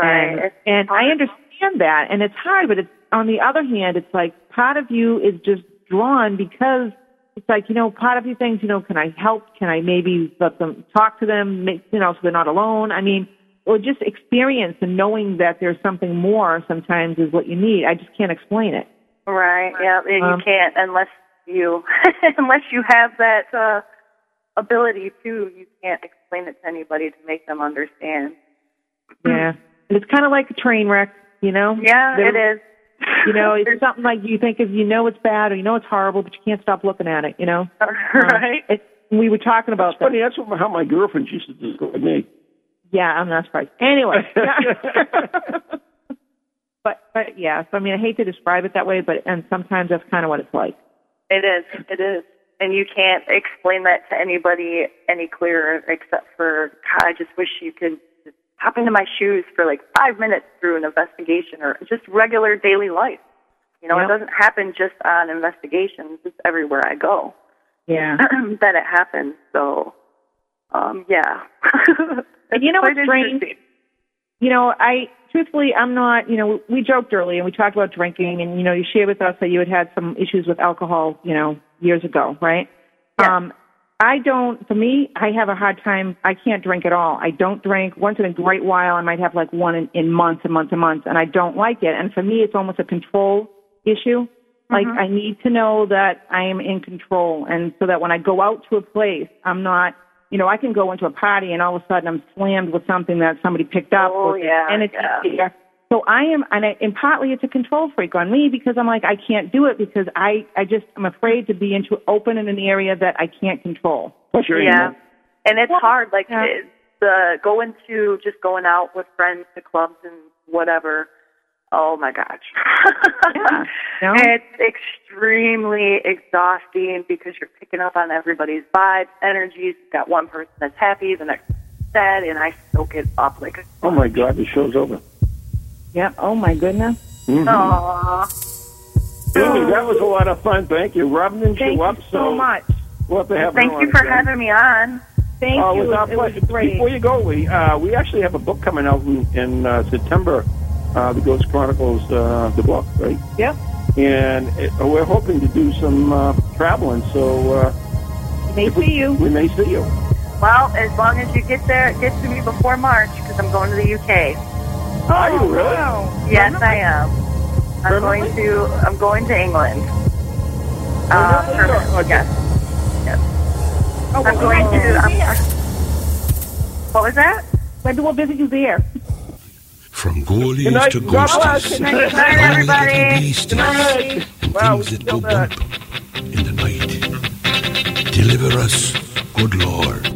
Speaker 4: And,
Speaker 3: It's
Speaker 4: and I
Speaker 3: hard.
Speaker 4: understand that, and it's hard, but it's on the other hand, it's like part of you is just drawn because it's like you know, part of you thinks, you know, can I help? Can I maybe let them talk to them? Make, you know, so they're not alone. I mean, or just experience and knowing that there's something more sometimes is what you need. I just can't explain it.
Speaker 3: Right. Yeah. And
Speaker 4: Um,
Speaker 3: you can't unless you [LAUGHS] unless you have that uh, ability to. You can't explain it to anybody to make them understand.
Speaker 4: Yeah, and it's kind of like a train wreck, you know.
Speaker 3: Hmm. Yeah,
Speaker 4: There-
Speaker 3: it [LAUGHS] is.
Speaker 4: You know, it's
Speaker 3: [LAUGHS] There's-
Speaker 4: something like you think of, you know, it's bad or you know it's horrible, but you can't stop looking at it. You know,
Speaker 3: [LAUGHS]
Speaker 4: um,
Speaker 3: right.
Speaker 4: It, we were talking about
Speaker 5: It's
Speaker 4: that.
Speaker 5: funny, that's what, how my girlfriend used to do with me.
Speaker 4: Yeah, I'm not surprised.
Speaker 5: [LAUGHS]
Speaker 4: Anyway, [LAUGHS] but but yeah, so I mean, I hate to describe it that way, but and sometimes that's kind of what it's like.
Speaker 3: It is. It is. And you can't explain that to anybody any clearer except for, God, I just wish you could just hop into my shoes for like five minutes through an investigation or just regular daily life. You know,
Speaker 4: Yep.
Speaker 3: it doesn't happen just on investigations. It's everywhere I go [CLEARS THROAT]
Speaker 4: Yeah.
Speaker 3: that it happens. So, um, yeah. [LAUGHS]
Speaker 4: And you know
Speaker 3: It's
Speaker 4: what's
Speaker 3: quite
Speaker 4: strange?
Speaker 3: interesting.
Speaker 4: You know, I truthfully, I'm not. You know, we joked earlier and we talked about drinking, and you know, you shared with us that you had had some issues with alcohol, you know, years ago, right? Um, I don't. For me, I have a hard time. I can't drink at all. I don't drink once in a great while. I might have like one in, in months and months and months, and I don't like it. And for me, it's almost a control issue.
Speaker 3: Mm-hmm.
Speaker 4: Like I need to know that I am in control, and so that when I go out to a place, I'm not. You know, I can go into a party and all of a sudden I'm slammed with something that somebody picked up.
Speaker 3: Oh,
Speaker 4: or
Speaker 3: yeah,
Speaker 4: and it's
Speaker 3: yeah.
Speaker 4: yeah. So I am, and, I, and partly it's a control freak on me because I'm like, I can't do it because I, I just, I'm afraid to be into open in an area that I can't control.
Speaker 5: Plus, you're
Speaker 3: Yeah. And it's
Speaker 4: Well,
Speaker 3: hard. Like
Speaker 4: yeah.
Speaker 3: it- the going to just going out with friends to clubs and whatever. Oh my gosh. [LAUGHS]
Speaker 4: Yeah. No?
Speaker 3: It's extremely exhausting because you're picking up on everybody's vibes, energies. You've got one person that's happy, the next sad, and I soak it up like
Speaker 5: Oh my God, the show's over.
Speaker 4: Yeah. Oh my goodness.
Speaker 3: Aw.
Speaker 5: Really, that was a lot of fun. Thank you. Robin didn't
Speaker 4: Thank
Speaker 5: show up,
Speaker 4: you so much.
Speaker 5: we'll have to have
Speaker 3: Thank
Speaker 5: her
Speaker 3: you
Speaker 5: on
Speaker 3: for
Speaker 5: again.
Speaker 3: having me on.
Speaker 4: Thank
Speaker 5: Oh,
Speaker 4: you.
Speaker 5: it was our
Speaker 4: It was
Speaker 5: pleasure.
Speaker 4: great.
Speaker 5: Before you go, we uh, we actually have a book coming out in, in uh, September, uh, the Ghost Chronicles, uh, the book, right?
Speaker 4: Yep.
Speaker 5: And it, we're hoping to do some uh, traveling, so uh,
Speaker 4: May
Speaker 5: if we-
Speaker 4: see you. Oh,
Speaker 5: We may see you.
Speaker 3: Well, as long as you get there, get to me before March because I'm going to the UK.
Speaker 5: Are
Speaker 4: Oh,
Speaker 5: you really?
Speaker 3: Yes, I am. I'm going to I'm going to England. Uh, permanently,
Speaker 5: Okay.
Speaker 3: yes.
Speaker 4: Oh,
Speaker 3: I'm going to. I'm, what was that?
Speaker 4: Maybe we'll visit you there.
Speaker 2: From
Speaker 5: Good
Speaker 2: ghoulies
Speaker 5: night.
Speaker 2: to
Speaker 5: God bless.
Speaker 2: ghosties,
Speaker 5: Good night.
Speaker 4: [LAUGHS]
Speaker 3: Bye,
Speaker 2: little
Speaker 3: everybody.
Speaker 2: beasties,
Speaker 5: Wow, we
Speaker 2: things that go
Speaker 5: still back.
Speaker 2: bump in the night. Deliver us, good Lord.